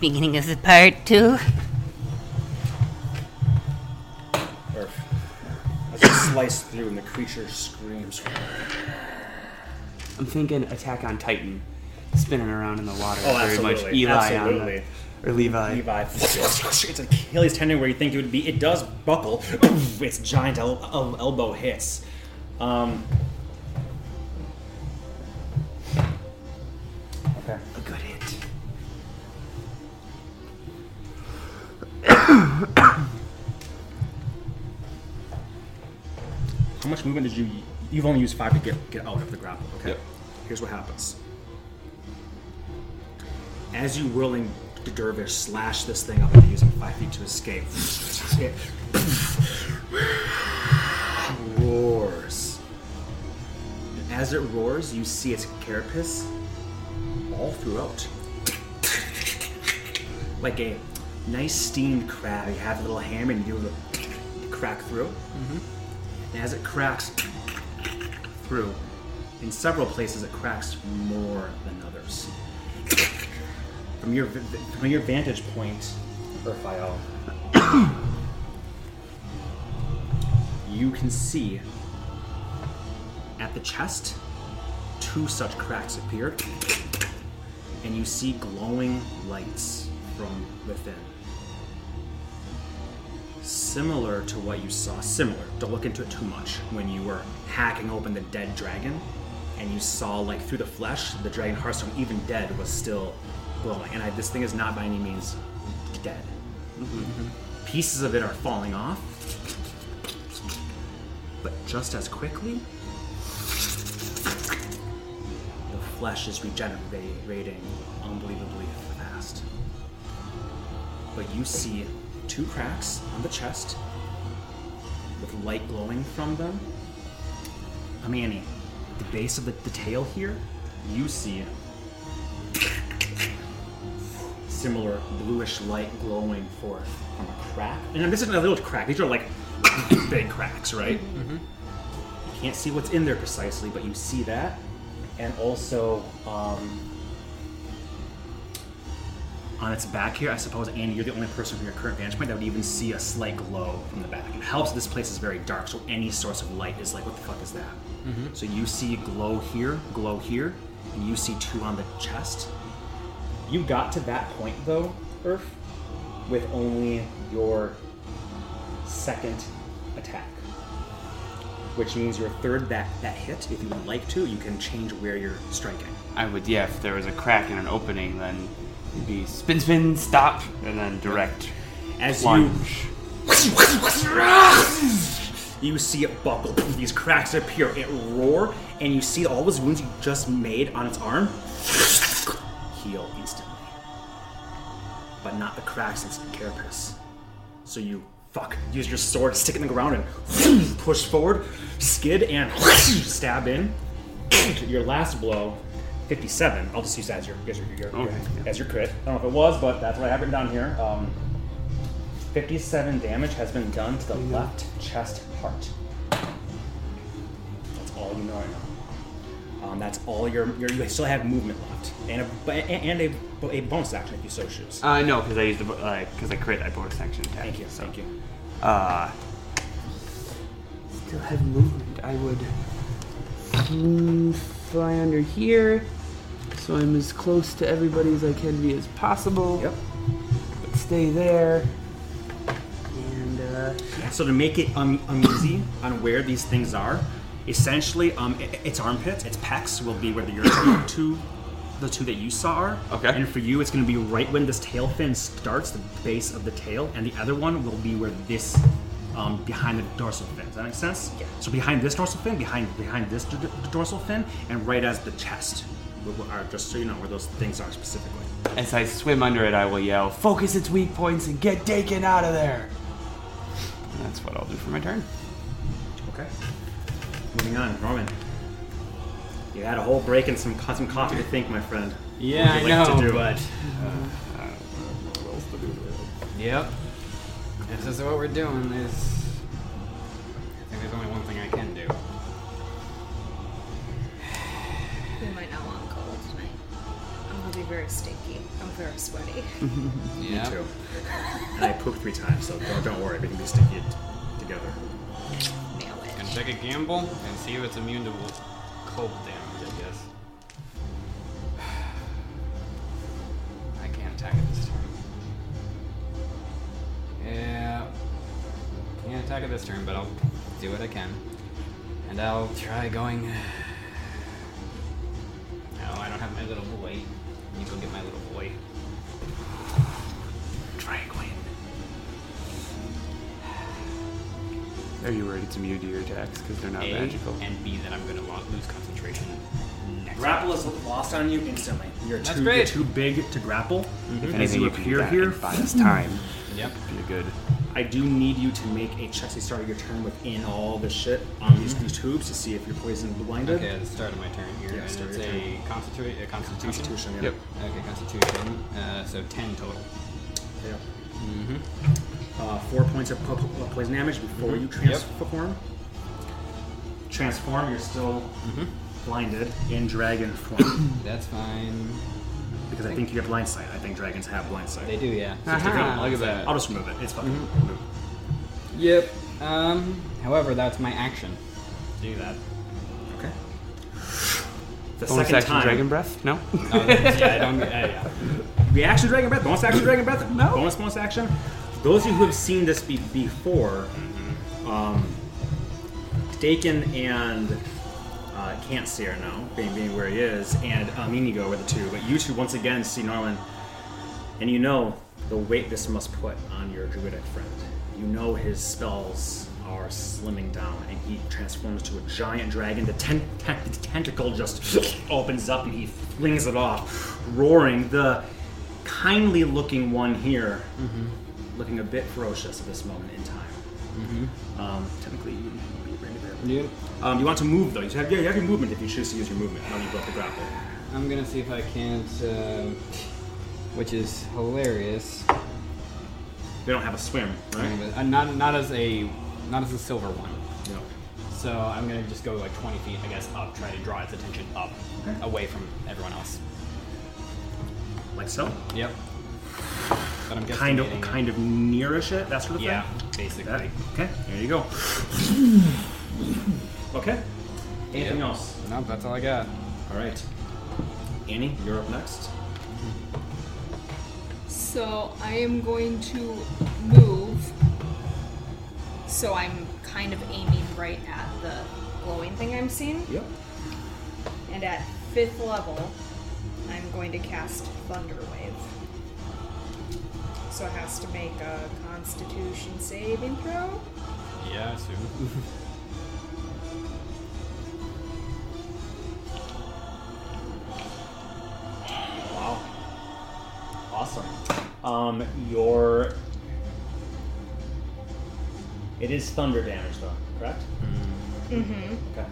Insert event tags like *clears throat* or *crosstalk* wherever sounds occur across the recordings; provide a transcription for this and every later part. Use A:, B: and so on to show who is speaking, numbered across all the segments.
A: beginning of the part two.
B: Earth. As it sliced through and the creature screams.
C: I'm thinking Attack on Titan, spinning around in the water.
B: Oh,
C: very much
B: absolutely,
C: Eli
B: absolutely.
C: on the, or Levi.
B: Levi. It's Achilles tendon where you think it would be. It does buckle. Its giant el- el- elbow hits. Um, okay.
C: A good hit.
B: How much movement did you? You've only used five to get get out of the grapple. Okay.
D: Yep.
B: Here's what happens. As you whirling the dervish slash this thing up and using five feet to escape, it roars. And As it roars, you see its carapace all throughout, like a nice steamed crab. You have a little hammer and you do a little crack through. And as it cracks through, in several places it cracks more than others. From your v- from your vantage point, Urfael, *coughs* you can see at the chest two such cracks appear, and you see glowing lights from within similar to what you saw. Similar. Don't look into it too much. When you were hacking open the dead dragon, and you saw like through the flesh, the dragon heartstone, even dead, was still glowing. And I, this thing is not by any means dead. Pieces of it are falling off, but just as quickly, the flesh is regenerating unbelievably fast but you see two cracks on the chest with light glowing from them. Amani, the base of the, the tail here, you see similar bluish light glowing forth from a crack. And this isn't a little crack, these are like *coughs* big cracks, right? You can't see what's in there precisely, but you see that. And also, um, on its back here, I suppose, Andy, you're the only person from your current vantage point that would even see a slight glow from the back. It helps this place is very dark, so any source of light is like, what the fuck is that? So you see glow here, glow here, and you see two on the chest. You got to that point though, Earth, with only your second attack. Which means your third that, that hit, if you would like to, you can change where you're striking.
C: I would, yeah, if there was a crack in an opening, then it'd be spin, spin, stop, and then direct
B: As you
C: plunge.
B: You see it buckle, these cracks appear, it roar, and you see all those wounds you just made on its arm heal instantly. But not the cracks in its carapace. So you fuck, use your sword, stick it in the ground, and *clears throat* push forward, skid, and *clears throat* stab in. *clears throat* your last blow, 57. I'll just use that as your, as your, your- your-
C: Okay, yeah.
B: as your crit. I don't know if it was, but that's what I have written down here. Um, 57 damage has been done to the left chest part. That's all you know right now. Um, that's all your, your you still have movement left and a and a, a bonus action if you so choose.
C: Uh, no, because I used because uh 'cause I crit, I bonus action attack.
B: thank you,
C: so,
B: thank you.
C: Uh, still have movement. I would mm, fly under here, so I'm as close to everybody as I can be as possible. But stay there. And uh,
B: So to make it un- uneasy on where these things are, essentially, um, i- its armpits, its pecs will be where the your *coughs* two, the two that you saw are.
C: Okay.
B: And for you, it's going to be right when this tail fin starts, the base of the tail, and the other one will be where this, um, behind the dorsal fin. Does that make sense? Yeah. So behind this dorsal fin, behind behind this d- d- dorsal fin, and right as the chest, w- w- are just so you know where those things are specifically.
C: as I swim under it, I will yell, "Focus its weak points and get taken out of there." And that's what I'll do for my turn.
B: Okay. Moving on, Norman. You had a whole break and some co- some coffee to think, my friend.
D: Yeah,
B: What would you
D: I
B: like
D: know,
B: to do?
D: but. Yep. This is what we're doing. Is I think there's only one thing I can do.
E: We might not want cold tonight. I'm be very stinky. I'm very sweaty.
F: Yeah.
B: Me too. And I pooped three times, so don't, don't worry. We can be sticky t- together.
E: Nail
F: Gonna
E: it.
F: take a gamble and see if it's immune to wolf cold damage, I guess. *sighs* I can't attack it this turn. Yeah. Can't attack it this turn, but I'll do what I can. And I'll try going. *sighs* No, I don't have my little boy. You go get my little boy.
B: Dragon.
C: Are you worried it's immune to your attacks because they're not
F: A,
C: magical?
F: and B, that I'm gonna lo- lose concentration next
B: Grapple is lost on you instantly. You're
F: That's
B: too
F: great.
B: you're too big to grapple.
C: If
B: As
C: anything,
B: you
C: you can do
B: appear
C: that
B: here,
C: in finest time.
F: turn. Yep.
C: Be a *laughs* good.
B: I do need you to make a check to start your turn within all the shit on these, these tubes to see if you're poisoned or blinded.
F: Okay, at the start of my turn here,
B: Yeah,
F: and
B: start
F: it's
B: your
F: a, constitu- a constitution.
B: Constitution. Yeah.
C: Yep.
F: Okay, constitution. Uh, so ten total.
B: Yeah. Uh, four points of po- po- poison damage before you transform. Transform. You're still blinded in dragon form *coughs*
F: That's fine.
B: because I think you have blind sight. I think dragons have blind sight.
F: They do, yeah.
G: Aha,
F: look at that.
B: I'll just remove it. It's fine. Remove.
F: Yep. Um. However, that's my action. Do that.
B: Okay. The
C: Bonus
B: second
C: action
B: time.
C: dragon breath? No?
F: Oh, that's- yeah, I don't. Uh, yeah.
B: Reaction Dragon Breath, bonus action Dragon Breath, no. bonus bonus action. Those of you who have seen this be- before, um, Dakin and uh, can't see her now, being, being where he is, and um, Inigo are the two. But you two once again see Norlin, and you know the weight this must put on your druidic friend. You know his spells are slimming down, and he transforms to a giant dragon. The, ten- ten- the tentacle just *laughs* opens up, and he flings it off, roaring. The kindly looking one here, looking a bit ferocious at this moment in time. Um, technically, you wouldn't be Randy Barrett.
F: Yep.
B: Um, you want to move though. You have, yeah, you have your movement if you choose to use your movement. Now you broke the grapple.
F: I'm gonna see if I can't. Um, which is hilarious.
B: They don't have a swim, right?
F: Uh, not not as a not as a silver one.
B: No.
F: So I'm gonna just go like 20 feet, I guess, up, try to draw its attention up, away from everyone else.
B: Like so.
F: Yep. But I'm guessing
B: Kind of,
F: getting- uh,
B: kind of nearish it. That sort of
F: Yeah,
B: thing.
F: basically.
B: That. Okay. There you go. okay. Anything
F: Yep.
B: else?
F: No, that's all I got.
B: All right. Annie, you're up next.
E: So I am going to move. So I'm kind of aiming right at the glowing thing I'm seeing.
B: Yep.
E: And at fifth level, I'm going to cast Thunder Wave. So it has to make a Constitution saving throw.
F: Yeah, I assume.
B: Wow. Awesome. Um, your. It is thunder damage, though, correct? Mm-hmm. Okay.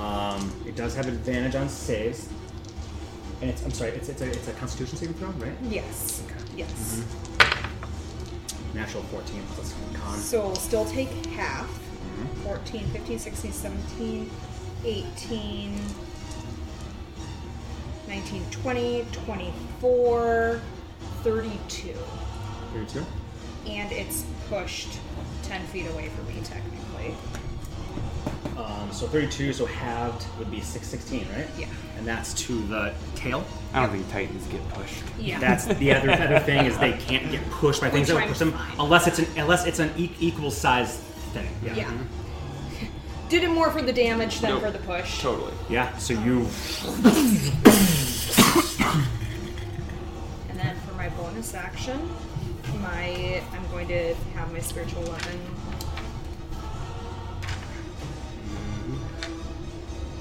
B: Um, it does have advantage on saves, and it's. I'm sorry. It's it's a it's a Constitution saving throw, right?
E: Yes. Yes.
B: Natural 14 plus con.
E: So we'll still take half. 14, 15, 16, 17, 18, 19, 20, 24, 32.
B: 32.
E: And it's pushed 10 feet away from me, technically.
B: Um, so 32. So halved would be 616, right?
E: Yeah.
B: And that's to the tail.
C: I don't think Titans get pushed.
E: Yeah.
B: That's the other other thing is they can't get pushed by things that would
E: Which
B: push them
E: I'm fine.
B: unless it's an unless it's an e- equal size thing. Yeah.
E: yeah. *laughs* Did it more for the damage than for the push.
C: Totally.
B: Yeah, So you
E: And then for my bonus action, my I'm going to have my spiritual weapon.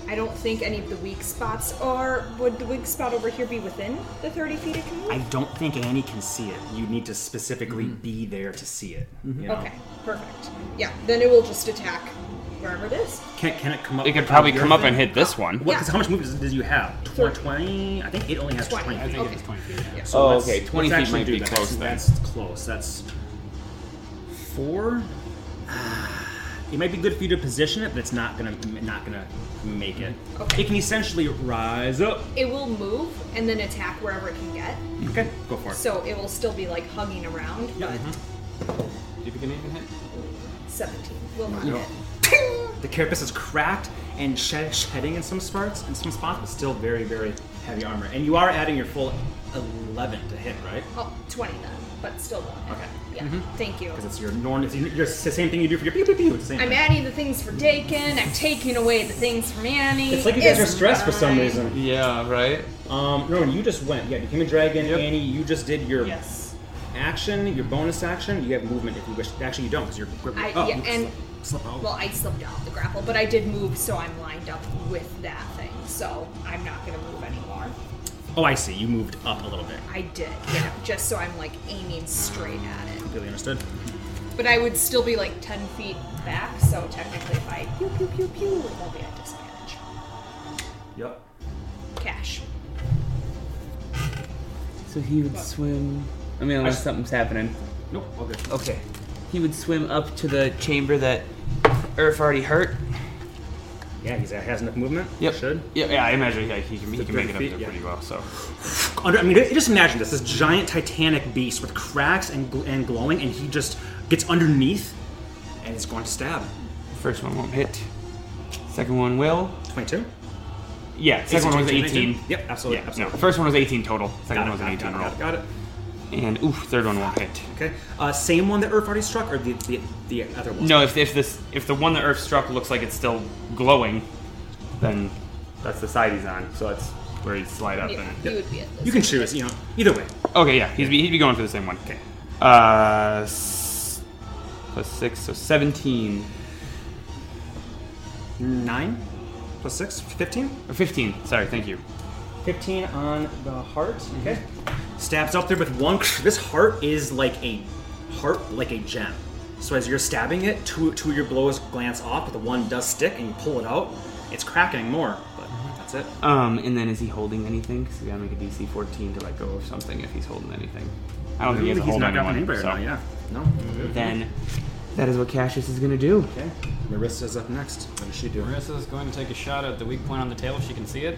E: I don't think any of the weak spots are. Would the weak spot over here be within the 30 feet it can move?
B: I don't think Annie can see it. You need to specifically be there to see it. you know?
E: Okay, perfect. Yeah, then it will just attack wherever it is.
B: Can, can it come up?
C: It could
B: without
C: probably
B: your
C: come up
B: thing?
C: and hit this one.
B: What?
E: Yeah.
B: 'cause how much movement does- does you have? Tw-
E: Thirty.
B: Twenty. I think it only has twenty.
E: Twenty.
F: I
B: feet.
F: think
E: Okay.
F: it's 20 feet. Yeah.
E: Yeah.
C: Oh,
B: let's-
C: okay, 20
B: let's
C: feet
B: actually
C: might
B: do
C: be
B: that.
C: close then.
B: That's, that's close. That's four. *sighs* It might be good for you to position it, but it's not gonna not gonna make it.
E: Okay.
B: It can essentially rise up.
E: It will move and then attack wherever it can get.
B: Okay, go for it.
E: So it will still be like hugging around,
B: Yeah.
E: but
F: Do you think it even hit?
E: 17 will not
B: No.
E: hit.
B: The carapace is cracked and shed- shedding in some spots, in some spots, but still very, very heavy armor. And you are adding your full 11 to hit, right?
E: Oh, 20 then, but still won't. hit.
B: Okay. Mm-hmm.
E: Yeah, thank you.
B: Because it's your norm. It's, your, it's the same thing you do for your pew pew pew. It's the same
E: I'm
B: thing.
E: adding the things for Dakin, I'm taking away the things from Annie.
B: It's like you guys are
E: It's
B: stressed for some
E: fine.
B: reason.
C: Yeah, right?
B: Um, no, you just went. Yeah, became a dragon,
C: Yep.
B: Annie. You just did your
E: Yes.
B: action, your bonus action. You have movement if you wish. Actually, you don't because you're gripping.
E: I-
B: oh,
E: yeah,
B: you
E: and-
B: slip, slip out.
E: Well, I slipped off the grapple, but I did move, so I'm lined up with that thing. So I'm not going to move anymore.
B: oh, I see. You moved up a little bit.
E: I did, yeah, just so I'm like aiming straight at it.
B: Completely understood.
E: But I would still be like 10 feet back, so technically if I pew pew pew pew, it will be at disadvantage.
B: Yep.
E: Cash.
H: So he would swim. I mean, unless something's happening.
B: Nope. All good.
H: Okay. He would swim up to the chamber that Earth already hurt.
B: Yeah, he's, he has enough movement.
H: Yep.
B: Should.
C: Yeah, yeah I imagine yeah, he can, he can make it up
B: 30 feet,
C: there
B: yeah.
C: pretty well, so.
B: Under, I mean, just imagine this: this giant Titanic beast with cracks and gl- and glowing, and he just gets underneath, and is going to stab.
C: First one won't hit. Second one will.
B: Twenty-two.
C: Yeah, second one was 18.
B: Yep, absolutely,
C: Yeah, no.
B: absolutely.
C: First one was 18 total.
B: Got
C: Second
B: it,
C: one was an
B: got it,
C: 18
B: got
C: roll.
B: it, got it.
C: And oof, third one won't hit.
B: Okay. Uh, same one that Earth already struck, or the the, the other one?
C: No, if, if this if the one that Earth struck looks like it's still glowing, then that's the side he's on. So that's where he'd slide up.
E: You,
C: And,
E: you would be at this.
B: You can choose. You know, either way.
C: Okay, yeah, he'd be, he'd be going for the same one. Okay. Uh, s- plus six, so seventeen
B: Nine plus six, 15?
C: or fifteen. Sorry, thank you.
B: 15 on the heart. Okay. Mm-hmm. Stabs up there with one. This heart is like a heart, like a gem. So as you're stabbing it, two two of your blows glance off, but the one does stick, and you pull it out. It's cracking more, but that's it.
C: Um, and then is he holding anything? Because we gotta make a DC fourteen to let go of something if he's holding anything. I don't think he has a hold
B: not
C: on
B: dropping
C: anyone.
B: anybody
C: so
B: right now. Yeah. No.
C: Then that is what Cassius is gonna do.
B: Okay. Marissa's up next. What does she do?
F: Marissa's going to take a shot at the weak point on the tail if she can see it.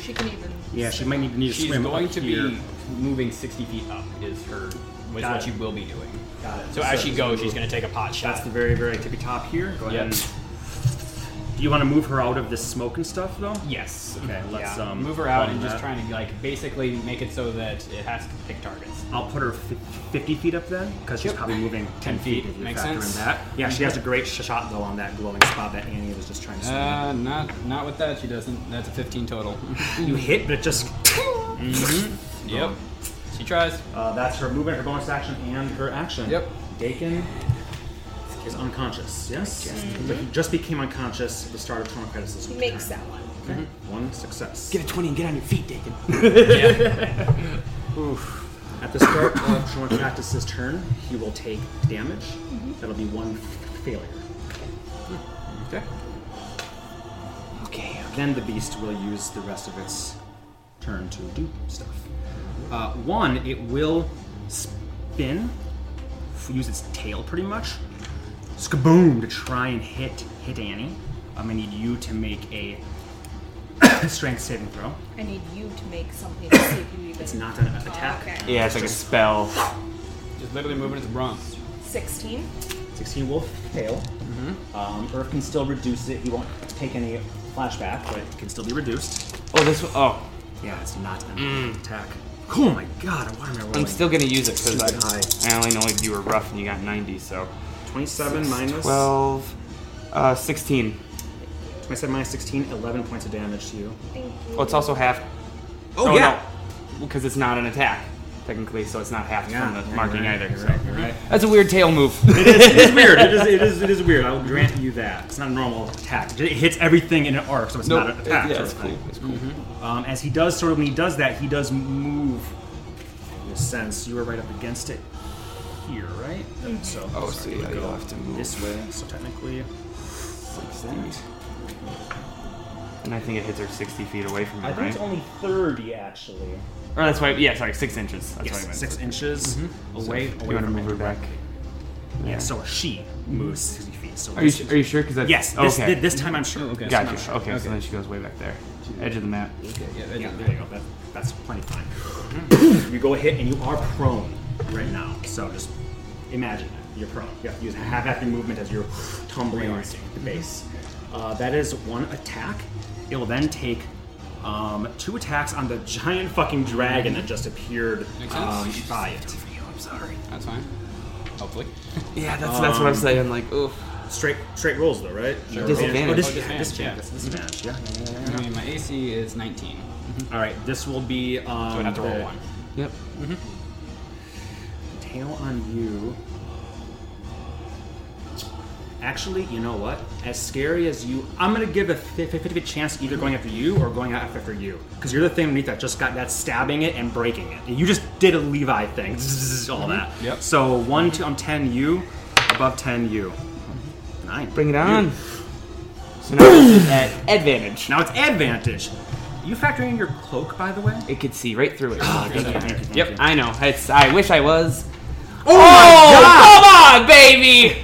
E: She can even.
B: Yeah, she might need to need to
F: She's
B: swim
F: going
B: up
F: to
B: here.
F: be moving 60 feet up, is her. Is
B: Got
F: what
B: it.
F: she will be doing.
B: Got it.
F: So as she
B: there's
F: goes,
B: a
F: she's
B: move.
F: going to take a pot shot.
B: That's the very, very tippy top here. Go ahead.
F: Yep.
B: and- Do you want to move her out of this smoke and stuff, though?
F: Yes.
B: Okay, let's, um,
F: move her out
B: bottom
F: and just
B: that.
F: trying to like basically make it so that it has to pick targets.
B: I'll put her fif- 50 feet up then, because she's
F: Yep.
B: probably moving 10 feet
F: feet,
B: if you
F: makes
B: factor
F: sense.
B: in that. Yeah, she has a great sh- shot, though, on that glowing spot that Annie was just trying to swing.
F: Uh, not not with that. She doesn't. That's a 15 *laughs* total.
B: you hit, but it just. *laughs*
F: yep. She tries.
B: Uh, that's her movement, her bonus action, and her action.
F: Yep.
B: Dakin is unconscious, yes? But he just became unconscious at the start of Trauma Crisis. this
E: Makes
B: turn.
E: that one.
B: Okay. Mm-hmm. One success.
C: Get a twenty and get on your feet,
B: *laughs*
C: Dakin.
B: At the start of Trauma Cactus's turn, he will take damage. That'll be one f- failure. Okay. Okay. Then the beast will use the rest of its turn to do stuff. Uh, one, it will spin, f- use its tail pretty much, skaboom to try and hit hit Annie. I'm gonna need you to make a strength saving throw.
E: I need you to make something to see if you even.
B: It's not an attack.
E: Oh, okay.
C: Yeah, it's like a spell.
F: Just literally moving its bronze.
E: 16.
B: 16 will fail. Um, Earth can still reduce it. He won't take any flashback, but it can still be reduced.
C: Oh, this. Oh,
B: Yeah, it's not an attack. Oh my god, why am I rolling?
C: I'm still gonna use it because
B: Stupid
C: I, I only know if you were rough and you got ninety, so
B: 27 minus-
C: 12, uh, 16.
B: 27 minus 16, 11 points of damage to you.
E: Thank you.
C: Well, it's also half.
B: Oh, yeah.
C: because it's not an attack technically, so it's not half from the
B: you're
C: marking
B: right,
C: either.
B: You're
C: so.
B: right, you're right.
C: That's a weird tail move. *laughs*
B: it is weird. It is, it, is, it is weird. I will grant you that. It's not a normal attack. It hits everything in an arc, so it's not an attack.
C: yeah,
B: sort
C: it's
B: of
C: cool.
B: thing.
C: It's cool.
B: Um, as he does, sort of when he does that, he does move. In a sense, you were right up against it here, right? So,
C: Oh,
B: sorry,
C: so yeah,
B: we go
C: you'll have to move.
B: this way. So technically, that.
C: And I think it hits her 60 feet away from you,
B: I think
C: right?
B: it's only thirty actually.
C: or that's why. Yeah, sorry, six inches. That's what I meant.
B: Yes, six inches away.
C: You
B: away
C: want to
B: from
C: move
B: it.
C: her back?
B: Yeah. So she moves sixty feet. So
C: Are you,
B: this-
C: su- are you sure? Because
B: yes, this,
C: okay.
B: this time I'm sure.
F: Oh, okay.
B: This time I'm
C: Gotcha.
B: sure.
C: Okay, so
F: Okay.
C: then she goes way back there, edge of the map.
F: Okay, yeah, that
B: Yeah,
F: didn't
B: there you
F: matter.
B: go. That, that's plenty fine. you go hit, and you are prone right now. So just imagine it. You're prone. You have to use half half your movement as you're tumbling onto the base. Uh, that is one attack. It will then take um, two attacks on the giant fucking dragon that just appeared
F: Makes sense.
B: um, by it. I'm sorry.
F: That's fine. Hopefully.
H: Yeah, that's that's what I'm saying. Like, oof.
B: Straight straight rolls though, right?
H: Disadvantage.
B: Oh,
F: Oh,
B: disadvantage.
F: disadvantage,
B: Disadvantage. Disadvantage. Yeah. Mm-hmm.
F: I mean, my AC is 19.
B: All right. This will be. Um,
F: So I'd have to roll
B: the-
F: one.
H: Yep.
B: Tail on you. Actually, you know what? As scary as you, I'm gonna give a 50 chance either going after you or going after after you, because you're the thing underneath that just got that stabbing it and breaking it. You just did a Levi thing, *laughs* all that.
F: Yep.
B: So one, two, I'm ten you, above ten you, nine.
H: Bring it on.
C: So now this is at advantage.
B: Now it's advantage. You factor in your cloak, by the way. Ah,
H: It could see right through it.
B: Yep.
H: yep, I know. It's, I wish I was.
C: Oh, my God!
H: come on, baby!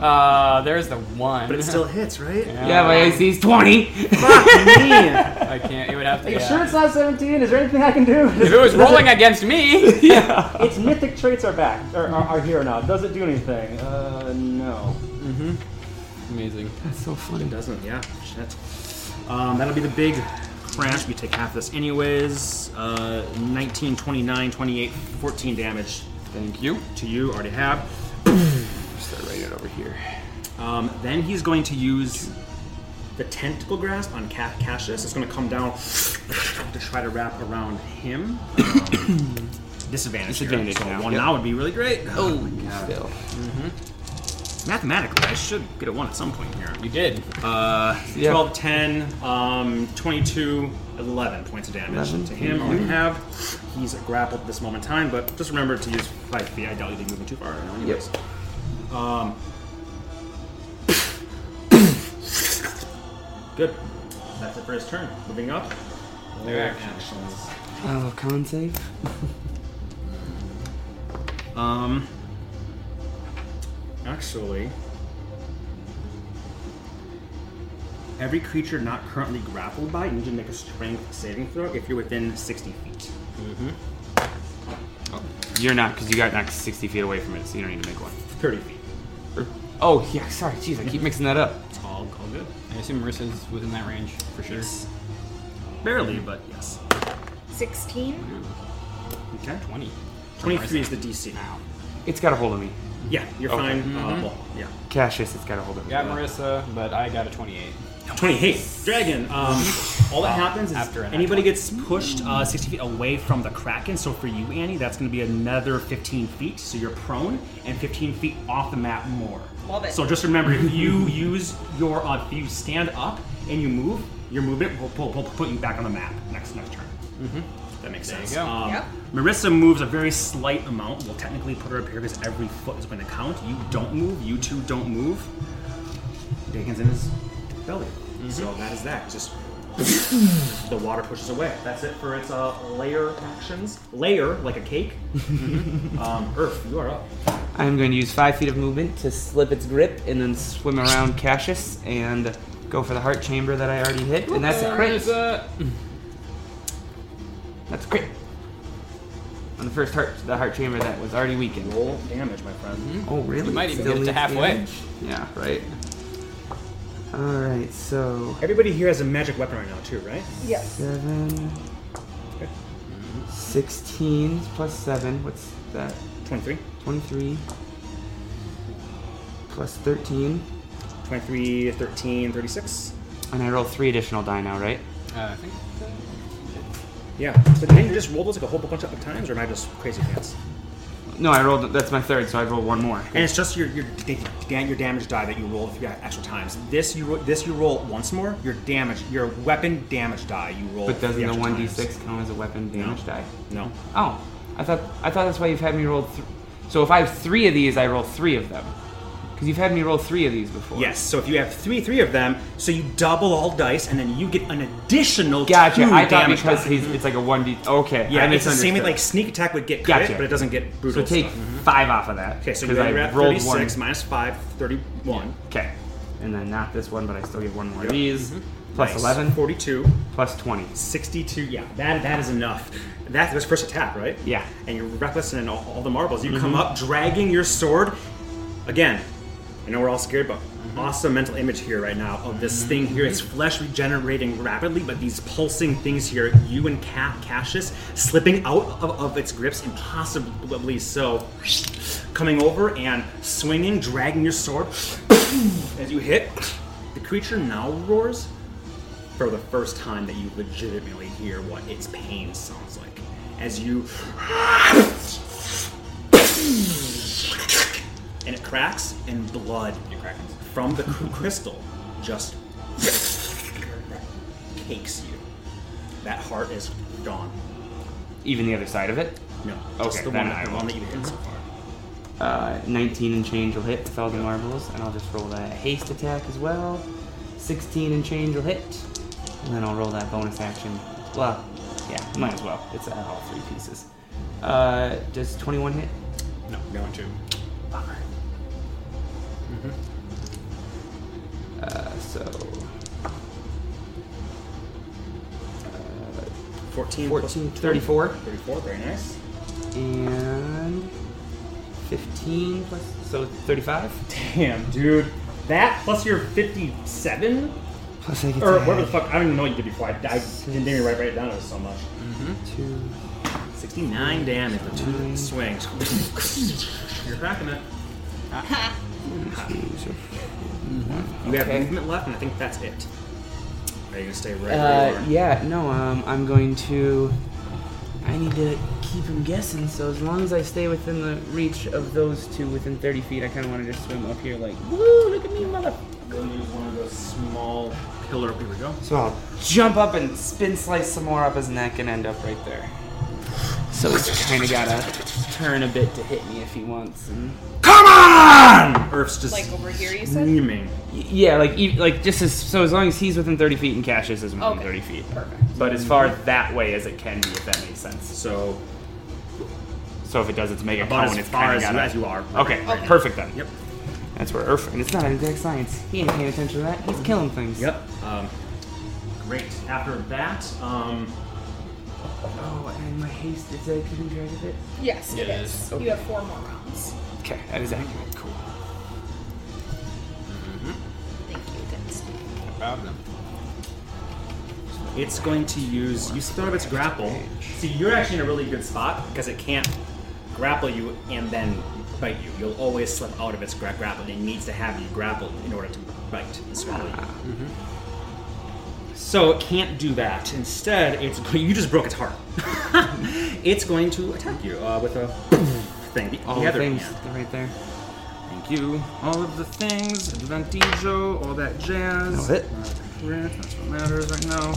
F: Uh, there's the one. Uh,
B: But it still hits, right?
H: Yeah, my IC's 20.
B: Fuck me.
F: I can't. It would have to. yeah.
B: Sure, it's not 17. Is there anything I can do?
F: If it was rolling
B: *laughs*
F: against me,
B: Its mythic traits are back, or are, are here now. Does it do anything? Uh, no.
F: amazing.
H: That's so funny.
B: It doesn't. *laughs* Yeah. Shit. Um, that'll be the big crash. We take half this anyways. Uh, 19, 29, 28, 14 damage
F: Thank you.
B: to you. Already have.
C: Start right over here.
B: Um, then he's going to use the tentacle grasp on Ca- Cassius. It's going to come down to try to wrap around him. Um, *coughs* disadvantage. here.
C: Disadvantage
B: So
C: now.
B: one
C: Yep.
B: now would be really great.
H: Oh, still.
B: Mathematically, I should get a one at some point here.
F: You did.
B: Uh,
H: Yeah.
B: 12, 10, um, 22, 11 points of damage
H: 11.
B: to him.
C: Mm-hmm.
B: Already have. He's grappled this moment in time, but just remember to use 5 feet. I doubt you'd be moving too far right now, anyways. Um, good. That's it for his turn. Moving up.
F: Their actions.
H: Oh, con save?
B: Um, actually, every creature not currently grappled by, you need to make a strength saving throw if you're within 60 feet.
C: Mm-hmm. Oh, You're not, because you got knocked 60 feet away from it, so you don't need to make one.
B: 30 feet.
H: Oh, yeah, sorry. Jeez, I keep mixing that up.
B: It's all, all good.
F: I assume Marissa's within that range for sure.
B: Barely, but yes.
E: 16?
B: Okay.
F: Twenty.
B: 23 is the DC.
F: Ow.
C: It's got a hold of me.
B: Yeah, you're
C: Okay.
B: fine. Uh, well, yeah.
C: Cassius, it's got a hold of me.
F: Got Marissa, but I got a twenty-eight.
B: 28. Dragon. Um, all that happens is
F: after an
B: anybody gets pushed uh, 60 feet away from the Kraken. So for you, Annie, that's going to be another 15 feet. So you're prone and 15 feet off the map more.
E: Love it.
B: So just remember, if you use your, uh, if you stand up and you move, your movement will, will, will put you back on the map next next turn. Mm-hmm. That makes sense.
F: you go.
B: Um,
E: Yep.
B: Marissa moves a very slight amount. We'll technically put her up here because every foot is going to count. You don't move. You two don't move. Bacon's in his belly. Mm-hmm. So that is that. *coughs* Just the water pushes away. That's it for its uh, layer actions. Layer like a *laughs* cake. um, Earth, you are up.
H: I'm going to use five feet of movement to slip its grip and then swim around Cassius and go for the heart chamber that I already hit. And that's a crit.
F: Marissa.
H: That's a crit. On the first heart, the heart chamber that was already weakened.
B: Roll damage, my friend.
H: Oh, really?
F: You might even
H: Still
F: get it to
H: needs
F: halfway.
H: damage? Yeah, right. All right, so
B: Everybody here has a magic weapon right now, too, right?
E: Yes.
H: seven, 16 plus seven. What's that?
B: 23.
H: Twenty-three plus thirteen,
B: 23, 13, 36.
H: and I roll three additional die now, right?
F: Uh, I think.
B: Yeah. But didn't you just roll those like a whole bunch of times, or am I just crazy pants?
H: No, I rolled. That's my third, so I roll one more.
B: And it's just your your, da- da- your damage die that you roll if you got extra times. This you ro- this you roll once more. Your damage, your weapon damage die you roll.
H: But doesn't the
B: extra
H: one d
B: times.
H: six count as a weapon damage die?
B: No.
H: Oh, I thought I thought that's why you've had me roll. Th- so if I have three of these, I roll three of them.
C: Because you've had me roll three of these before.
B: Yes, so if you have three, three of them, so you double all dice, and then you get an additional
C: Gotcha.
B: two
C: I thought
B: damage
C: because
B: die.
C: he's, it's like a one d. Okay. I
B: Yeah, it's the same.
C: misunderstood.
B: with, Like sneak attack would get
C: Gotcha.
B: crit, but it doesn't get
C: So
B: brutal.
C: take
B: stuff.
C: five off of that.
B: Okay, so
C: 'cause
B: you're
C: I
B: at
C: rolled
B: 36
C: one.
B: minus 5, 31.
H: Okay. And then not this one, but I still get one more
B: Yep. Mm-hmm.
H: of these. Plus
B: Nice.
H: 11,
B: 42,
H: plus 20.
B: 62. Yeah, that that is enough. That was first attack, right?
H: Yeah.
B: And you're reckless and all, all the marbles. You come up dragging your sword. Again, I know we're all scared, but awesome mental image here right now of this thing here. It's flesh regenerating rapidly, but these pulsing things here, you and Ca Cassius slipping out of, of its grips, impossibly so. Coming over and swinging, dragging your sword as you hit. The creature now roars for the first time that you legitimately hear what its pain sounds like. As you. And it cracks, and blood from the cr- crystal just cakes you. That heart is gone.
H: Even the other side of it.
B: No,
H: Okay,
B: just the one,
H: then
B: that-
H: I
B: the
H: will-
B: one that you hit so far.
H: Uh, 19 and change will hit with all the marbles, and I'll just roll that haste attack as well. 16 and change will hit, and then I'll roll that bonus action. Well, yeah, might as well. It's at all three pieces. Uh, does 21 hit?
D: No, going to.
H: Bummer. Uh, so
B: 14,
H: 14, 34,
B: 34, very nice.
H: and 15 plus, so 35.
B: Damn, dude. That plus your 57?
H: Plus I get
B: Or
H: to
B: whatever the
H: add
B: fuck, I don't even know what you did before. I, I didn't even write, write it down, it was so much.
H: two.
B: 69 damage with two swings. *laughs* You're cracking it. You have movement left, and I think that's it. Are you gonna stay right where you
H: Uh,
B: are?
H: yeah, no, um, I'm going to.
C: I need to keep him guessing, so as long as I stay within the reach of those two within 30 feet, I kind of want to just swim up here like, woo, look at me, mother.
B: We'll use one of those small pillar. Here we go.
H: So I'll jump up and spin slice some more up his neck and end up right there.
C: So he's kind of got to turn a bit to hit me if he wants. And
B: Come on! Earth's just
E: Like over here, you said?
B: screaming.
C: Y- yeah, like e- like just as, so as long as he's within 30 feet and Cassius is within
E: Okay.
C: 30 feet. Perfect.
H: But as far that way as it can be, if that makes sense.
B: So,
H: So if it does its mega
B: about
H: cone,
B: as
H: it's
B: far
H: kind
B: as
H: of
B: you, as
H: got
B: you are.
H: Okay,
E: Okay.
H: perfect then.
B: Yep.
H: That's where Earth. And it's not an exact science. He ain't paying attention to that. He's killing things.
B: Yep. Um, great. After that, um,
C: Oh, and my haste, is that keeping track of it?
E: Yes, it
D: Yes.
E: is. You have four more rounds.
H: Okay, that is accurate. Cool.
E: Thank you, Vince.
D: About them.
B: It's going to use. You still have its grapple. See, you're actually in a really good spot because it can't grapple you and then bite you. You'll always slip out of its gra- grapple. It needs to have you grappled in order to bite and swallow you. So it can't do that. Instead, it's go- you just broke its heart. *laughs* it's going to attack you uh, with a *laughs* thing. The, the
H: All the
B: other
H: things
B: hand.
H: right there.
B: Thank you. All of the things, Advantijo, all that jazz.
H: Love it.
B: Crit, that's what matters right now.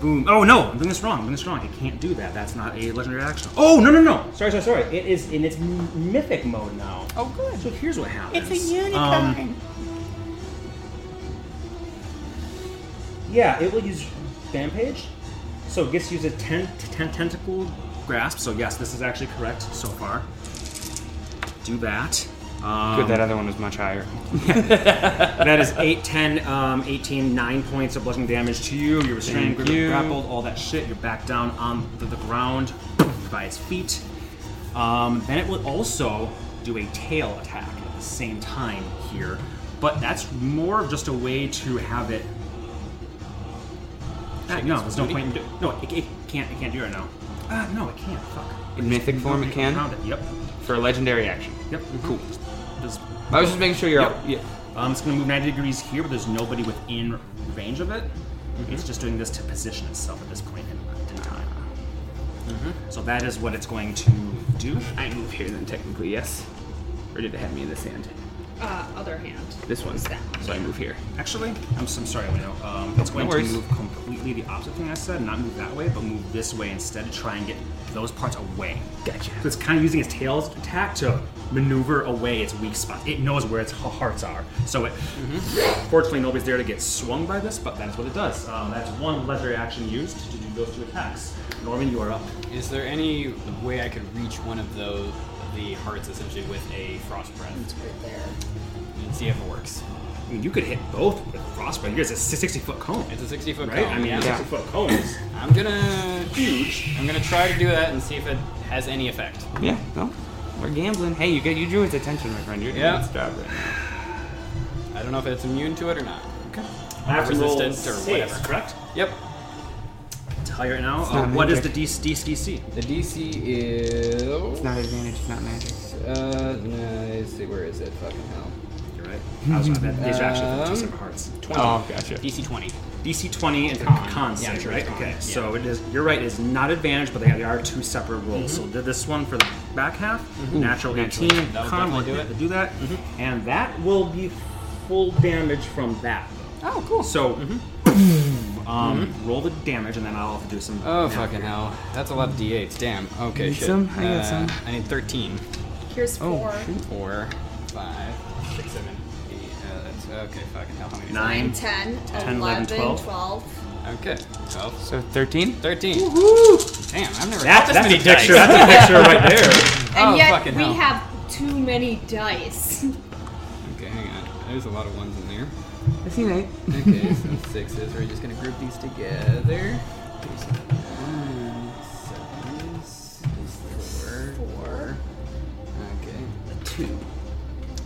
B: Boom. Oh no, I'm doing this wrong. I'm doing this wrong. It can't do that. That's not a legendary action. Oh no no no. Sorry sorry sorry. It is in its m- mythic mode now.
E: Oh, good.
B: So here's what happens.
A: It's a unicorn.
B: Um, yeah, it will use Vampage. So it gets to use a ten, ten tentacle grasp. So yes, this is actually correct so far. Do that. Um,
H: Good, that other one was
B: *laughs*
H: much higher.
B: That is 8, 10, um, 18, 9 points of bludgeoning damage to you. You're restrained,
H: Thank
B: grappled,
H: you.
B: grappled, all that shit. You're back down on the, the ground by its feet. Um, then it will also do a tail attack at the same time here, but that's more of just a way to have it. Ah, no, there's no point in do- No, it, it can't. It can't do it right now. Ah, no, it can't. Fuck.
H: In mythic form, it
B: Found
H: can
B: it. Yep.
H: for a legendary action.
B: Yep. Cool. Just-
H: I was just making sure you're
B: Yep.
H: up. Yeah.
B: Um, it's going to move 90 degrees here, but there's nobody within range of it. It's just doing this to position itself at this point in, in time. So that is what it's going to do.
C: I move here then technically, yes. Or did it have me in this hand?
E: Uh, other hand.
C: This one. So I move here.
B: Actually, I'm, s- I'm sorry, I know. Um, it's going to
H: worries.
B: move completely the opposite thing I said, not move that way, but move this way instead to try and get those parts away.
C: Gotcha.
B: So it's kind of using its tail's attack to maneuver away its weak spots. It knows where its h- hearts are. So it,
C: Mm-hmm.
B: fortunately, nobody's there to get swung by this, but that is what it does. Um, that's one legendary action used to do those two attacks. Norman, you are up.
F: Is there any way I could reach one of those, the hearts essentially, with a frost breath
E: It's right there.
F: and see if it works?
B: I mean, you could hit both with frostbite. You guys, it's a 60 foot cone.
F: It's a 60 foot
B: Right?
F: cone.
B: I mean,
F: yeah.
B: 60 foot cones.
F: I'm gonna huge. I'm gonna try to do that and see if it has any effect.
H: Yeah, no. We're gambling. Hey, you get you drew its attention, my friend. You're doing
F: Yeah.
H: a good job right now.
F: I don't know if it's immune to it or not.
B: I have to roll
F: Resistance or
B: saves,
F: whatever.
B: correct?
F: Yep.
B: Tell you right now,
H: not
B: uh, what is the
H: magic.
B: DC?
F: The DC is.
H: It's not advantage, it's not magic.
F: Uh, no, let's see, where is it? Fucking hell.
B: You're right. I was wrong. That- These are actually
F: Um,
B: two separate hearts.
F: 20.
H: Oh, gotcha.
F: DC 20.
B: DC 20 and
F: Con.
B: con, con
F: Yeah,
B: save,
F: sure,
B: right?
F: it's con.
B: Okay,
F: Yeah.
B: so it is. You're right. It is not advantage, but they they are two separate rolls. So did this one for the back half, natural 18,
F: That would
B: con will do it. Mm-hmm.
F: definitely do it.
B: To do that,
F: Mm-hmm.
B: and that will be full damage from that.
F: Oh, cool. Mm-hmm.
B: So, *coughs* um, roll the damage, and then I'll have to do some.
F: Oh,
B: math
F: fucking
B: here.
F: hell. That's a lot of D8s. Damn. Okay,
H: Need
F: shit.
H: some? I got
F: Uh,
H: some.
F: I need 13.
E: Here's four.
F: Four, five, six, seven, eight. Uh, that's, okay, fucking hell. How many is that?
B: Nine.
E: Nine, 10,
B: 10, 11,
E: 11,
B: 12.
E: 12.
F: Okay. 12.
H: So 13?
F: 13. Damn, I've never
B: That's,
F: got this
B: that's a
F: many
B: picture.
F: dice.
B: That's a picture
F: *laughs*
B: right there.
E: And
F: Oh,
E: yet
F: fucking
E: we
F: hell.
E: have too many dice.
F: Okay, hang on. There's a lot of ones in there.
H: I seen eight.
F: Okay, so
B: *laughs*
F: sixes. We're just gonna group these together. One, sevens, four, four. Okay, a two.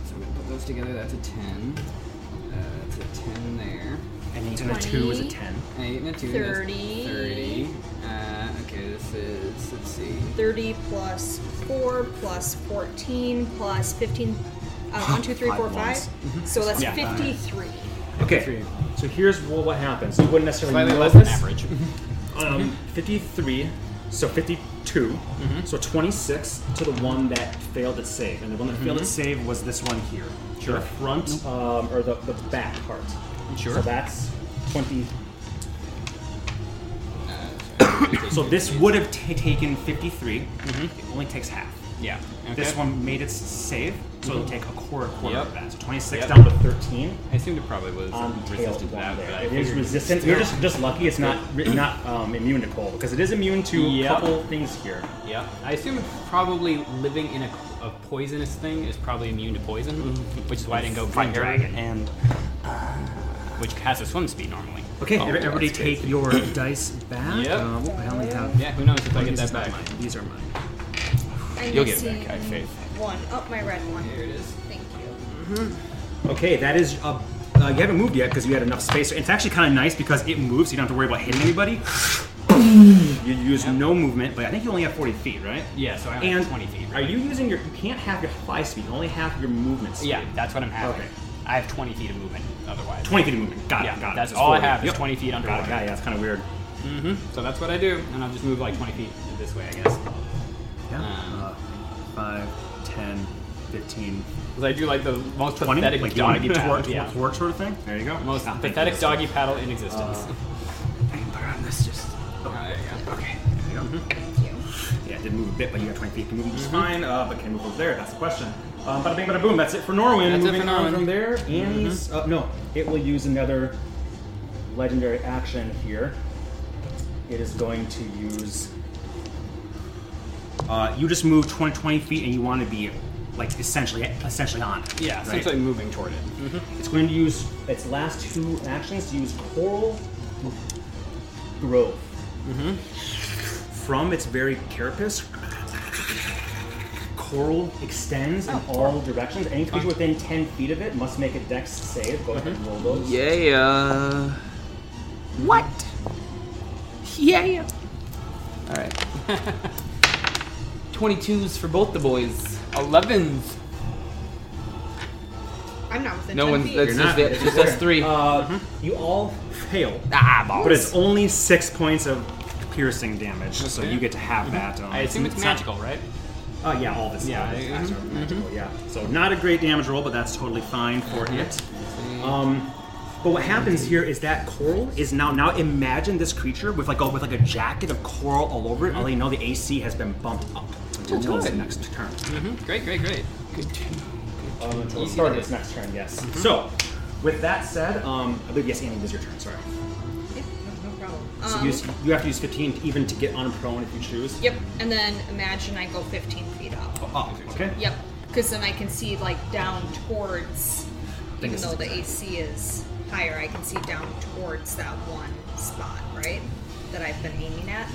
F: So I'm gonna put those together. That's a ten. Uh, that's a ten there.
B: And eight and a two is a 10.
F: Eight and a two. that's
E: Thirty.
F: Thirty. Uh, okay, this is. Let's see.
E: 30 plus 4 plus 14 plus 15. Uh, 1, 2, 3,
B: Five
E: 4, 5.
B: ones.
E: So that's
B: Yeah.
E: 53.
B: Okay, so here's wha- what happens. You wouldn't necessarily
F: Slightly
B: know
F: less than
B: this.
F: average.
B: *laughs* Um, 53, so 52, so 26 to the one that failed its save. And the one that failed its
F: Mm-hmm.
B: save was this one here.
F: Sure.
B: The front, um, or the, the back part.
F: Mm-hmm. Sure.
B: So that's 20.
F: Uh,
B: So this would have ta taken 53. It only takes half.
F: Yeah. Mm-hmm. Okay. Mm-hmm.
B: This one made its save, so it'll take a quarter, quarter
F: Yep.
B: of that. So 26
F: Yep.
B: down to 13.
F: I assumed it probably was
B: on the tail
F: resistant to
B: down
F: that,
B: there.
F: but
B: It
F: I
B: is
F: figured-
B: resistant. You're just just lucky it's not ri- not um, immune to cold because it is immune to
F: Yeah.
B: a couple things here.
F: Yeah, I assume probably living in a, a poisonous thing is probably immune to poison, which is why I didn't go green dragon,
H: And
F: which has a swim speed normally.
B: Okay,
H: Oh,
B: every-
H: that's
B: everybody take
F: *clears throat*
H: crazy.
B: your dice back.
F: Yep.
B: Uh, whoop, I only have.
F: Yeah, who knows if I
B: these
F: get that
B: are not
F: back?
B: mine. These are mine.
E: I'm
F: You'll get it back,
E: missing
F: I have faith.
E: One. Oh, my red one.
F: Here it is.
E: Thank you.
B: Okay, that is. Uh, uh, you haven't moved yet because you had enough space. It's actually kind of nice because it moves. So you don't have to worry about hitting
F: *clears throat*
B: anybody. you use no movement, but I think you only have 40 feet, right?
F: Yeah, so I only have
B: And
F: 20 feet.
B: Are
F: Right?
B: you using your? You can't have your fly speed. You only have your movement speed.
F: Yeah, that's what I'm having.
B: Okay.
F: I have 20 feet of movement otherwise.
B: 20 feet of movement. Got
F: Yeah,
B: it. Got it.
F: that's
B: It's
F: all I
B: 40.
F: have is
B: Yep.
F: 20
B: Got
F: feet
B: it.
F: underwater.
B: Got it. Yeah, it's kind of weird.
F: hmm So that's what I do, and I'll just move like 20 feet this way, I guess.
B: Yeah. Uh, 5, 10, 15,
F: 'Cause I do like the most
B: 20.
F: pathetic
B: like you want
F: doggy
B: to
F: paddle.
B: twerk,
F: *laughs* yeah.
B: twerk, twerk sort of thing? There you Oh. go.
F: Most
B: Ah, thank
F: pathetic
B: you.
F: doggy paddle in existence.
B: I can put her on this just.
F: Ah, there you go.
B: Okay. There you go.
E: Thank you.
B: Yeah, it did move a bit, but you got 20 feet. Can move
F: Mm-hmm.
B: just fine, uh, but can move over there. That's the question. Um, bada bing, bada boom. That's it for Norwin.
F: That's it
B: Moving
F: for
B: on
F: Norwin. Mm-hmm.
B: from there. Annie's. Uh, no, it will use another legendary action here. It is going to use. Uh, you just move 20, 20 feet, and you want to be like essentially essentially on. it,
F: Yeah,
B: right? Mm-hmm.
F: essentially moving toward it.
B: It's going to use its last two actions to use Coral Grove.
F: Mm-hmm.
B: From its very carapace, coral extends in
F: Oh.
B: all directions. Any creature within 10 feet of it must make a dex save. Go ahead
F: Mm-hmm.
B: and roll those.
H: yeah. What? Yeah. All right. *laughs* 22s for both the boys.
F: 11s.
E: I'm not within
H: No
E: 10
H: one's.
E: feet.
H: That's
B: You're
H: just,
B: not.
H: it. just us three.
B: Uh, You all fail,
H: ah,
B: but it's only six points of piercing damage, so
F: Okay. Mm-hmm.
B: you get to have that. Um,
F: I assume it's
B: not-
F: magical, right?
B: Oh yeah, all this.
F: Yeah,
B: all this
F: mhm,
B: guys are
F: Mm-hmm.
B: magical, Yeah. So not a great damage roll, but that's totally fine for it. Um, But what happens here is that coral is now now imagine this creature with like a with like a jacket of coral all over it. I'll let you know the AC has been bumped up until its
F: Mm-hmm. Oh, good.
B: next turn.
F: Mhm. Great, great, great.
B: Um, until the
F: Easy
B: start of
F: to
B: its next turn, yes.
F: Mm-hmm.
B: So, with that said, um, I believe yes, Annie, it is your turn. Sorry.
E: Yeah, no, no problem.
B: So
E: Um,
B: you, s- you have to use 15 to- even to get unprone if you choose.
E: Yep, and then imagine I go 15 feet up.
B: Up, okay.
E: Yep, because then I can see like down towards,
B: think
E: even
B: this
E: though
B: is
E: the
B: exact.
E: AC is higher, I can see down towards that one spot, right? That I've been aiming at.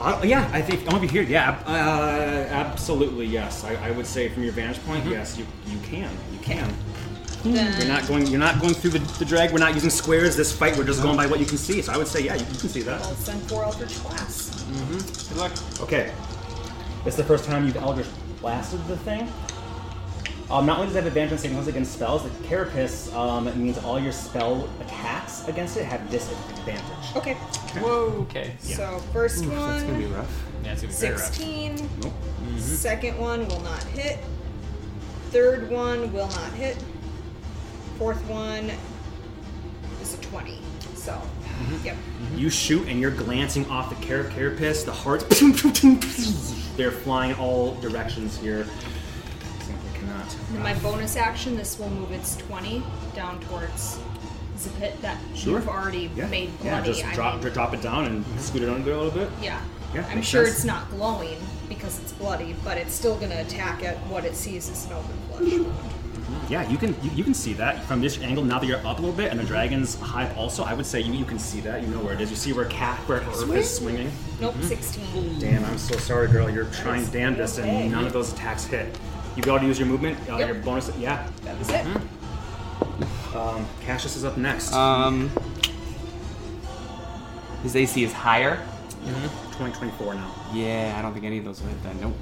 B: Uh, yeah, I think I'm over here. Yeah, ab- uh, absolutely. Yes, I, I would say from your vantage point, yes, you you can, you can.
E: Then,
B: You're not going. You're not going through the, the drag. We're not using squares this fight. We're just going by what you can see. So I would say, yeah, you, you can see that.
E: I'll send four Eldritch Blasts.
F: Good luck.
B: Okay. It's the first time you've Eldritch blasted the thing. Um, not only does it have advantage on saving throws against spells, the Carapace um, it means all your spell attacks against it have disadvantage.
E: Okay,
F: Whoa. Okay. Yeah,
E: so first
H: That's gonna be
E: one,
H: rough.
F: it's gonna be very rough.
E: 16.
B: Nope. Mm-hmm.
E: Second one will not hit. Third one will not hit. Fourth one is a 20. So,
B: Mm-hmm.
E: yep.
B: You shoot and you're glancing off the car- carapace. The hearts, *laughs* they're flying all directions here. Simply cannot.
E: And my bonus action, this will move its 20 down towards the pit that
B: Sure.
E: you've already
B: Yeah.
E: made bloody.
B: Yeah, just
E: I
B: drop,
E: mean,
B: drop it down and scoot it under a little bit.
E: yeah.
B: Yeah,
E: I'm
B: makes
E: sure
B: sense.
E: it's not glowing because it's bloody, but it's still going to attack at what it sees as an open flesh
B: Mm-hmm.
E: wound.
B: Yeah, you can you, you can see that from this angle. Now that you're up a little bit, and the dragon's hive also, I would say you, you can see that. You know where it is. You see where cat where herb is swinging.
E: Nope,
B: Mm-hmm.
E: 16.
B: Damn, I'm so sorry, girl. You're trying
E: is
B: damnedest,
E: okay.
B: and none of those attacks hit. You've already used your movement. Uh,
E: Yep.
B: Your bonus. Yeah.
E: That was it.
B: Mm-hmm. Um, Cassius is up next.
H: Um, his AC is higher.
B: 2024 now.
H: Yeah, I don't think any of those will hit that. Nope.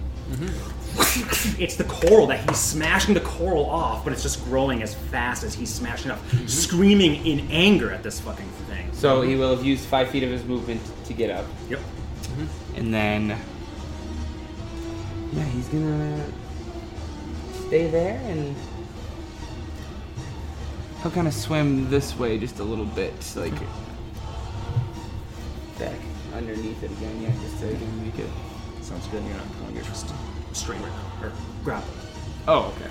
B: It's the coral that he's smashing the coral off, but it's just growing as fast as he's smashing up, screaming in anger at this fucking thing.
H: So he will have used five feet of his movement to get up,
B: Yep.
H: and then yeah, he's gonna stay there and
F: He'll kind of swim this way just a little bit, like
H: back underneath it again. Yeah, just to make it.
B: Sounds good. You're not going. You're just straight right now, or grappled.
F: Oh, okay.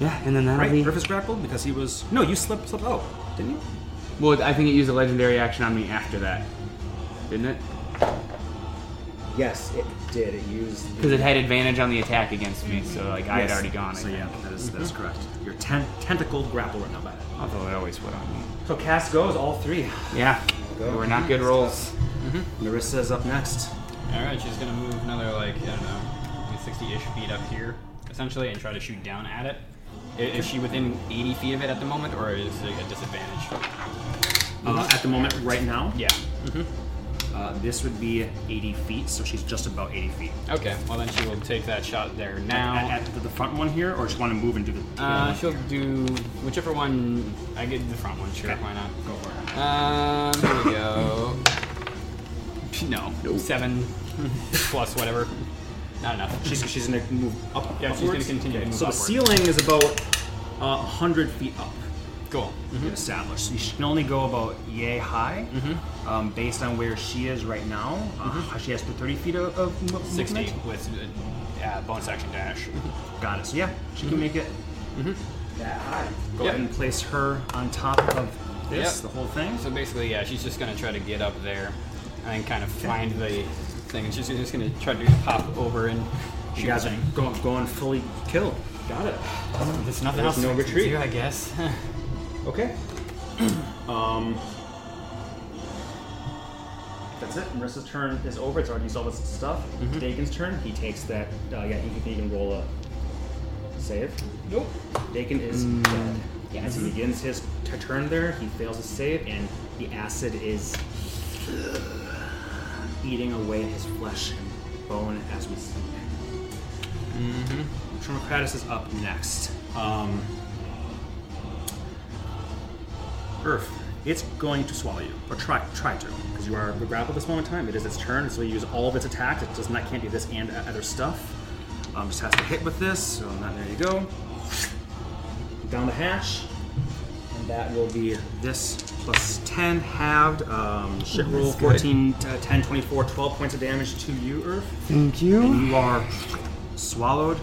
H: Yeah, and then that'll
B: Right,
H: be.
B: Griffiths grappled because he was. No, you slipped, slipped oh. out, didn't you?
H: Well, I think it used a legendary action on me after that, didn't it?
B: Yes, it did. It used.
H: Because it had advantage on the attack against me, so like I had
B: Yes.
H: already gone. I
B: So
H: think.
B: yeah, that is, that is correct. You're ten- tentacled grappler now by that.
H: Although it always would on me.
B: So Cass goes all three.
H: Yeah, they were not good rolls.
B: Marissa is up next.
F: All right, she's gonna move another like I don't know, sixty-ish feet up here, essentially, and try to shoot down at it. I- Is she within eighty feet of it at the moment, or is it a disadvantage?
B: Uh, at the moment, right now,
F: Uh-huh.
B: Mm-hmm.
F: Yeah.
B: uh, this would be 80 feet, so she's just about 80 feet.
F: Okay. Well, then she will take that shot there
B: At,
F: now.
B: at the, the front one here, or just want to move and do the.
F: Uh, she'll do whichever one I get the front one. Sure,
B: Okay.
F: why not?
B: go for it.
F: Um, there we go.
B: *laughs*
F: No, seven plus whatever. Not enough.
B: She's, she's gonna move up.
F: Yeah, she's gonna
B: upwards.
F: continue to
B: Okay,
F: move
B: So the
F: upwards.
B: ceiling is about uh, 100 feet up. Mm-hmm.
F: Cool.
B: you establish. So you can only go about yay high,
F: Mm-hmm.
B: um, based on where she is right now. Uh, She has the 30 feet of, of mo- movement.
F: Sixty with uh, uh, bonus action dash.
B: Got it. So yeah, she can make it that high. Go
F: Yep.
B: ahead and place her on top of this,
F: Yep.
B: the whole thing.
F: So basically, yeah, she's just gonna try to get up there and kind of find the thing, and she's just gonna try to pop over and
B: you
F: shoot
B: guys
F: the
B: are
F: thing.
B: going, going fully kill. Got it.
F: There's nothing
B: there's
F: else
B: no
F: I can
B: retreat.
F: do, I guess. *laughs*
B: Okay. *clears throat* um. That's it. Marissa's turn is over. It's already used all this stuff. Dakin's turn. He takes that. Uh, yeah, he, can- he can roll a save.
E: Nope.
B: Dakin is dead. As he begins his t- turn there, he fails to save, and the acid is eating away his flesh and bone as we see. Trimocratus is up next. Um, Earth, it's going to swallow you, or try try to, because you are grappled this moment in time. It is its turn, so you use all of its attacks. It does not can't do this and other stuff. Um, just has to hit with this, so not there you go down the hatch, and That will be this plus 10 halved. Um, shit roll
H: good.
B: 14, uh, 10, 24, 12 points of damage to you, Earth.
H: Thank you.
B: And you are swallowed,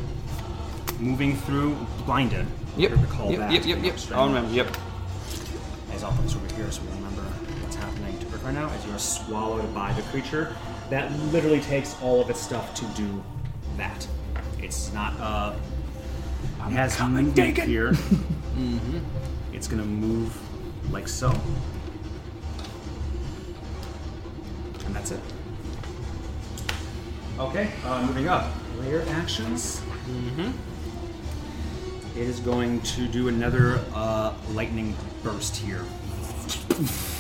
B: moving through, blinded.
F: Yep.
B: Recall
F: Yep,
B: that.
F: yep, yep, yep.
H: I'll remember. Yep.
B: As I'll put this over here so we remember what's happening to Earth right now, as you are swallowed by the creature that literally takes all of its stuff to do that. It's not, uh, it has movement here. Mm-hmm. It's gonna move like so. And that's it. Okay, uh, moving up. Layer actions. Mm-hmm. It is going to do another uh, lightning burst here.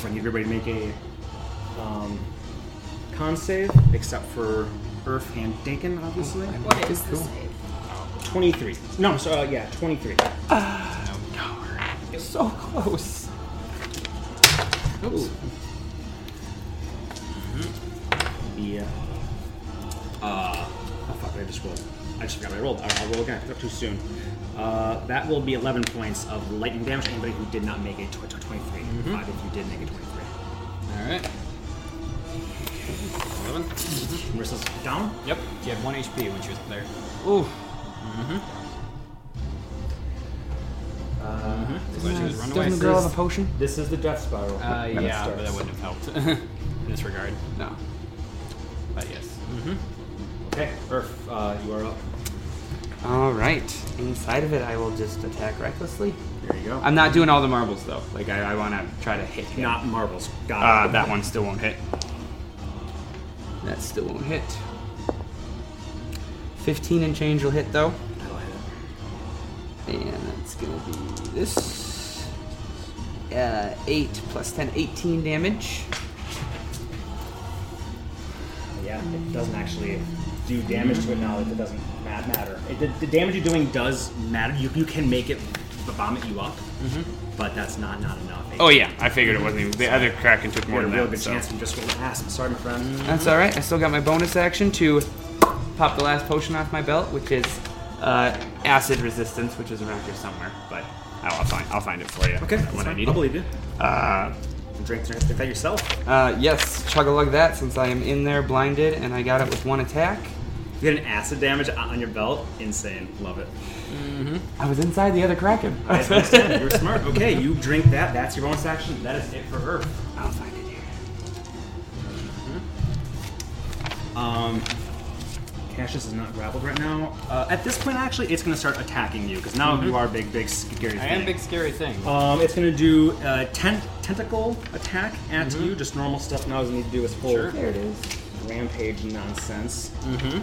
B: I need everybody to make a um, con save, except for Earth and Dakin, obviously.
E: What is the save?
B: 23. No, so uh, yeah, 23.
F: So close. Oops.
B: Yeah. Uh, oh fuck, I just rolled. I just forgot what I rolled. All right, I'll roll again. I picked up too soon. Uh, that will be 11 points of lightning damage to anybody who did not make a tw- tw- 23.
H: Mm-hmm.
B: Five if you did make a 23.
F: All right. Eleven.
B: Marissa's down.
F: Yep. She had one HP when she was Mm-hmm. up there.
I: Ooh.
B: Uh-huh.
F: That's why Mm-hmm. she was run away.
I: Doesn't the girl have a potion?
B: This is the death spiral.
F: Uh,
B: when it
F: yeah, but
B: starts.
F: that wouldn't have helped *laughs* in this regard.
I: No.
F: But yes.
B: Mm-hmm. Okay, Earth, uh, you are up.
H: All right. Inside of it, I will just attack recklessly.
B: There you go.
H: I'm not doing all the marbles though. Like I, I want to try to hit him.
B: not marbles.
H: Uh,
B: Got it.
H: that one still won't hit. That still won't hit. 15 and change will hit though.
B: That'll hit it.
H: And that's gonna be this. Uh, 8 plus 10, 18 damage.
B: Yeah, it doesn't actually do damage to it now. Like it doesn't ma- matter. It, the, the damage you're doing does matter. You, you can make it v- vomit you up, but that's not not enough.
H: Mm-hmm. Oh yeah, I figured it wasn't even. The other Kraken took
B: you
H: more
B: had a
H: than
B: real
H: that.
B: good
H: so.
B: chance and just rolled ass. I'm sorry, my friend.
H: That's alright, I still got my bonus action to pop the last potion off my belt, which is uh, acid resistance, which is around here somewhere, but Oh, I'll, I'll find, I'll find it for you when I need
B: I
H: it.
B: believe you.
H: Uh,
B: Drink, drink, drink that yourself.
H: Uh, yes, chug a lug that since I am in there blinded and I got it with one attack.
B: You get an acid damage on on your belt. Insane. Love it.
H: I was inside the other Kraken. *laughs*
B: Nice, nice time. You're smart. Okay, you drink that. That's your bonus action. That is it for her.
H: I'll find it here.
B: Um, Cassius is not grappled right now. Uh, at this point, actually, it's going to start attacking you because now you are big, Mm-hmm. big, scary.
F: I am
B: thing.
F: big scary thing.
H: Oh,
B: Um, it's gonna do uh, tent tentacle attack at you. Just normal stuff. Now doesn't need to do its full
F: Sure.
I: There it is.
B: rampage nonsense.
F: Mm-hmm.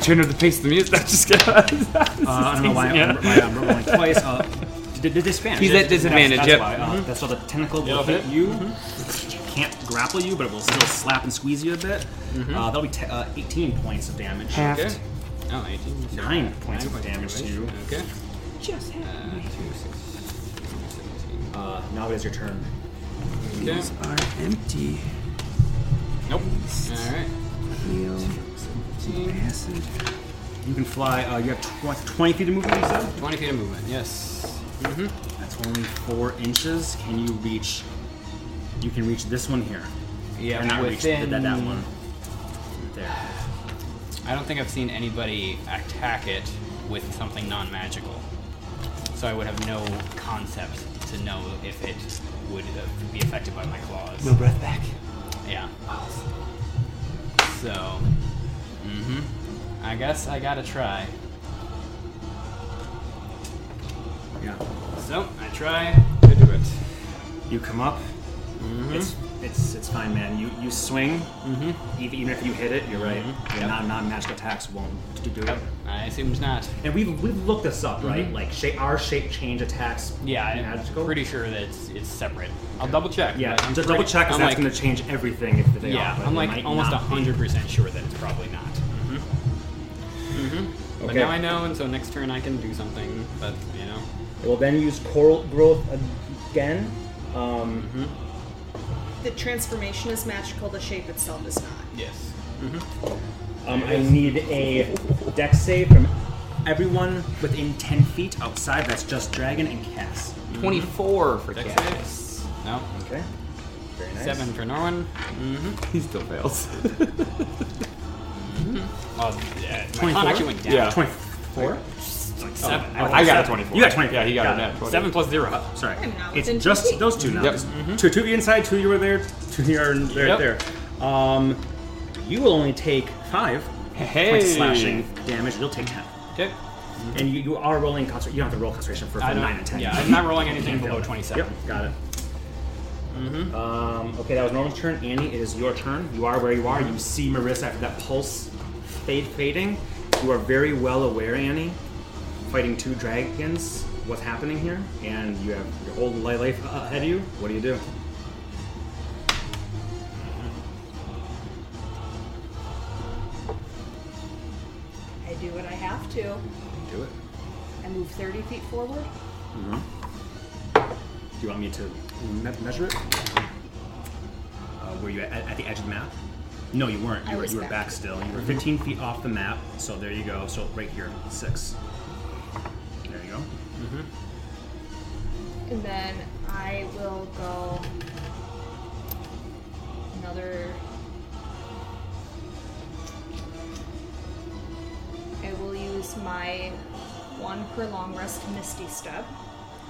H: Turn up the pace of the *laughs* music. That's just kidding.
B: Uh, I don't know *laughs*
H: *laughs*
B: why, I'm, why I'm rolling twice. Uh, d- d- disadvantage.
H: He's at disadvantage,
B: That's, that's
H: yep.
B: why, uh, That's why the tentacle will
F: That'll
B: hit you. Can't grapple you, but it will still slap and squeeze you a bit.
H: Mm-hmm.
B: Uh, that'll be te- uh, 18 points of damage.
H: Half.
F: Okay. Oh, 18. Sure.
B: Nine points of
F: Nine
B: damage to you.
F: Okay. Just uh, two, six, seven,
B: Uh, now it is your turn.
F: seventeen. Okay.
H: Are empty.
F: Nope. All right.
H: Heal.
F: 17.
H: Acid.
B: You can fly. Uh, you have tw- 20 feet of movement. You said
F: 20 feet of movement. Yes.
B: that's only four inches. Can you reach? You can reach this one here.
F: Yeah.
B: Or not reach
F: within
B: that, that, that one. There.
F: I don't think I've seen anybody attack it with something non-magical, so I would have no concept to know if it would uh, be affected by my claws.
H: No breath back.
F: Yeah. So, mm-hmm. I guess I gotta try.
B: Yeah.
F: So I try to do it.
B: You come up. It's it's it's fine, man. You you swing. Mm-hmm. Even, even if you hit it, you're right.
F: Mhm.
B: Your
F: Yep.
B: non non magical attacks won't do do it. Mm-hmm.
F: Yep. I assume not.
B: And we've we've looked this up, right? Like shape, our shape change attacks.
F: Yeah, I'm
B: magical.
F: pretty sure that it's, it's separate. I'll double check.
B: Yeah,
F: but I'm
B: just double
F: pretty-
B: check. 'cause
F: I'm
B: That's
F: like,
B: going to change everything if they
F: yeah,
B: are. but
F: I'm
B: it
F: like
B: might
F: almost
B: not be.
F: hundred percent sure that it's probably not. Mm-hmm. Mm-hmm. But
B: Okay.
F: now I know, and so next turn I can do something. But you know,
B: It will then use coral growth again. Um,
E: the transformation is magical, the shape itself is not.
F: Yes.
C: Um, I need a dex save from everyone within 10 feet outside. That's just Dragon and Cass.
H: 24 for
F: Dex
H: Cat.
F: save? No.
C: Okay. Very nice.
F: Seven for Norwin. Mm-hmm. *laughs*
H: He still fails.
F: *laughs* Oh, yeah. My con
C: 24?
F: actually went down.
H: Yeah.
C: 24?
F: Like seven.
C: Oh,
H: I got
C: seven.
H: a 24.
C: You got 24.
H: Yeah, he got a net
F: Oh,
H: 20.
F: seven plus zero.
C: Sorry.
E: I'm not
C: It's
E: within
C: just
E: 10 feet.
C: those two now.
H: Yep.
C: Just Two, two of you inside, two of you are there, two of you are there,
F: Yep.
C: there. Um, you will only take five
F: Hey.
C: points slashing damage. You'll take 10.
F: Okay.
C: And you, you are rolling concentration. You don't have to roll concentration for, for
F: I don't,
C: 9 and 10.
F: yeah, I'm not *laughs* rolling anything
C: Can't
F: below
C: fail it.
F: 27.
C: Yep, got it. Um, okay, that was Norman's turn. Annie, it is your turn. You are where you are. You see Marissa after that pulse fade fading. You are very well aware, Annie, fighting two dragons. What's happening here? And you have your whole li- life a- ahead of you. What do you do?
E: I do what I have to.
C: Do it.
E: I move 30 feet forward.
C: hmm Do you want me to me- measure it? Uh, were you at, at the edge of the map? No, you weren't.
E: I
C: You were,
E: was
C: you were
E: back. Mm-hmm.
C: back still. You were 15 feet off the map. So there you go. So right here, six. There you go.
E: And then I will go another. I will use my one per long rest Misty Step.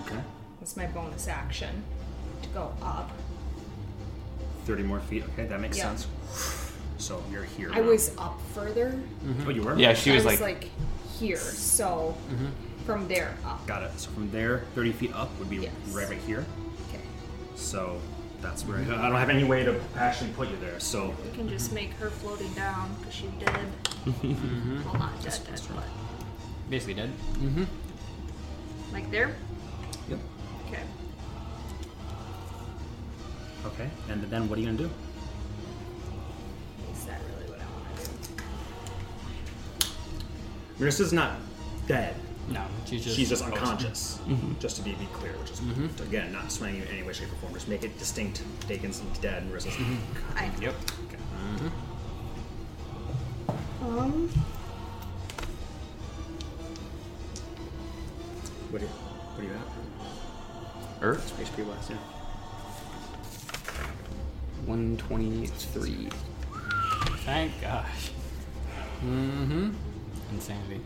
C: Okay.
E: That's my bonus action to go up.
C: 30 more feet. Okay, that makes
E: Yeah.
C: sense. So you're here.
E: I was up further.
C: Oh, you were?
H: Yeah, she
E: I
H: was,
E: was like,
H: like,
E: here, so from there up.
C: Got it. So from there, 30 feet up would be
E: Yes.
C: right, right here.
E: Okay.
C: So that's where I I don't have any way to actually put you there. So
E: We can just make her floating down because she did.
F: Mm-hmm.
E: Well, not dead, dead, but
F: Basically dead.
E: like there.
C: Yep.
E: Okay.
C: Okay. And then what are you gonna do?
E: Is that really what I want to do?
C: Marissa's not dead.
F: No, she's just Mm-hmm.
C: She's just unconscious. Just to be, be clear, which is again not swaying you in any way, shape, or form. Just make it distinct. Dakin's dead. and Marissa's.
F: Mm-hmm.
E: I
F: Yep.
C: Okay.
E: um.
C: What do you? What do you have?
H: Earth?
C: HP wise. Yeah.
H: 123.
F: Thank gosh. Mm-hmm. Insanity.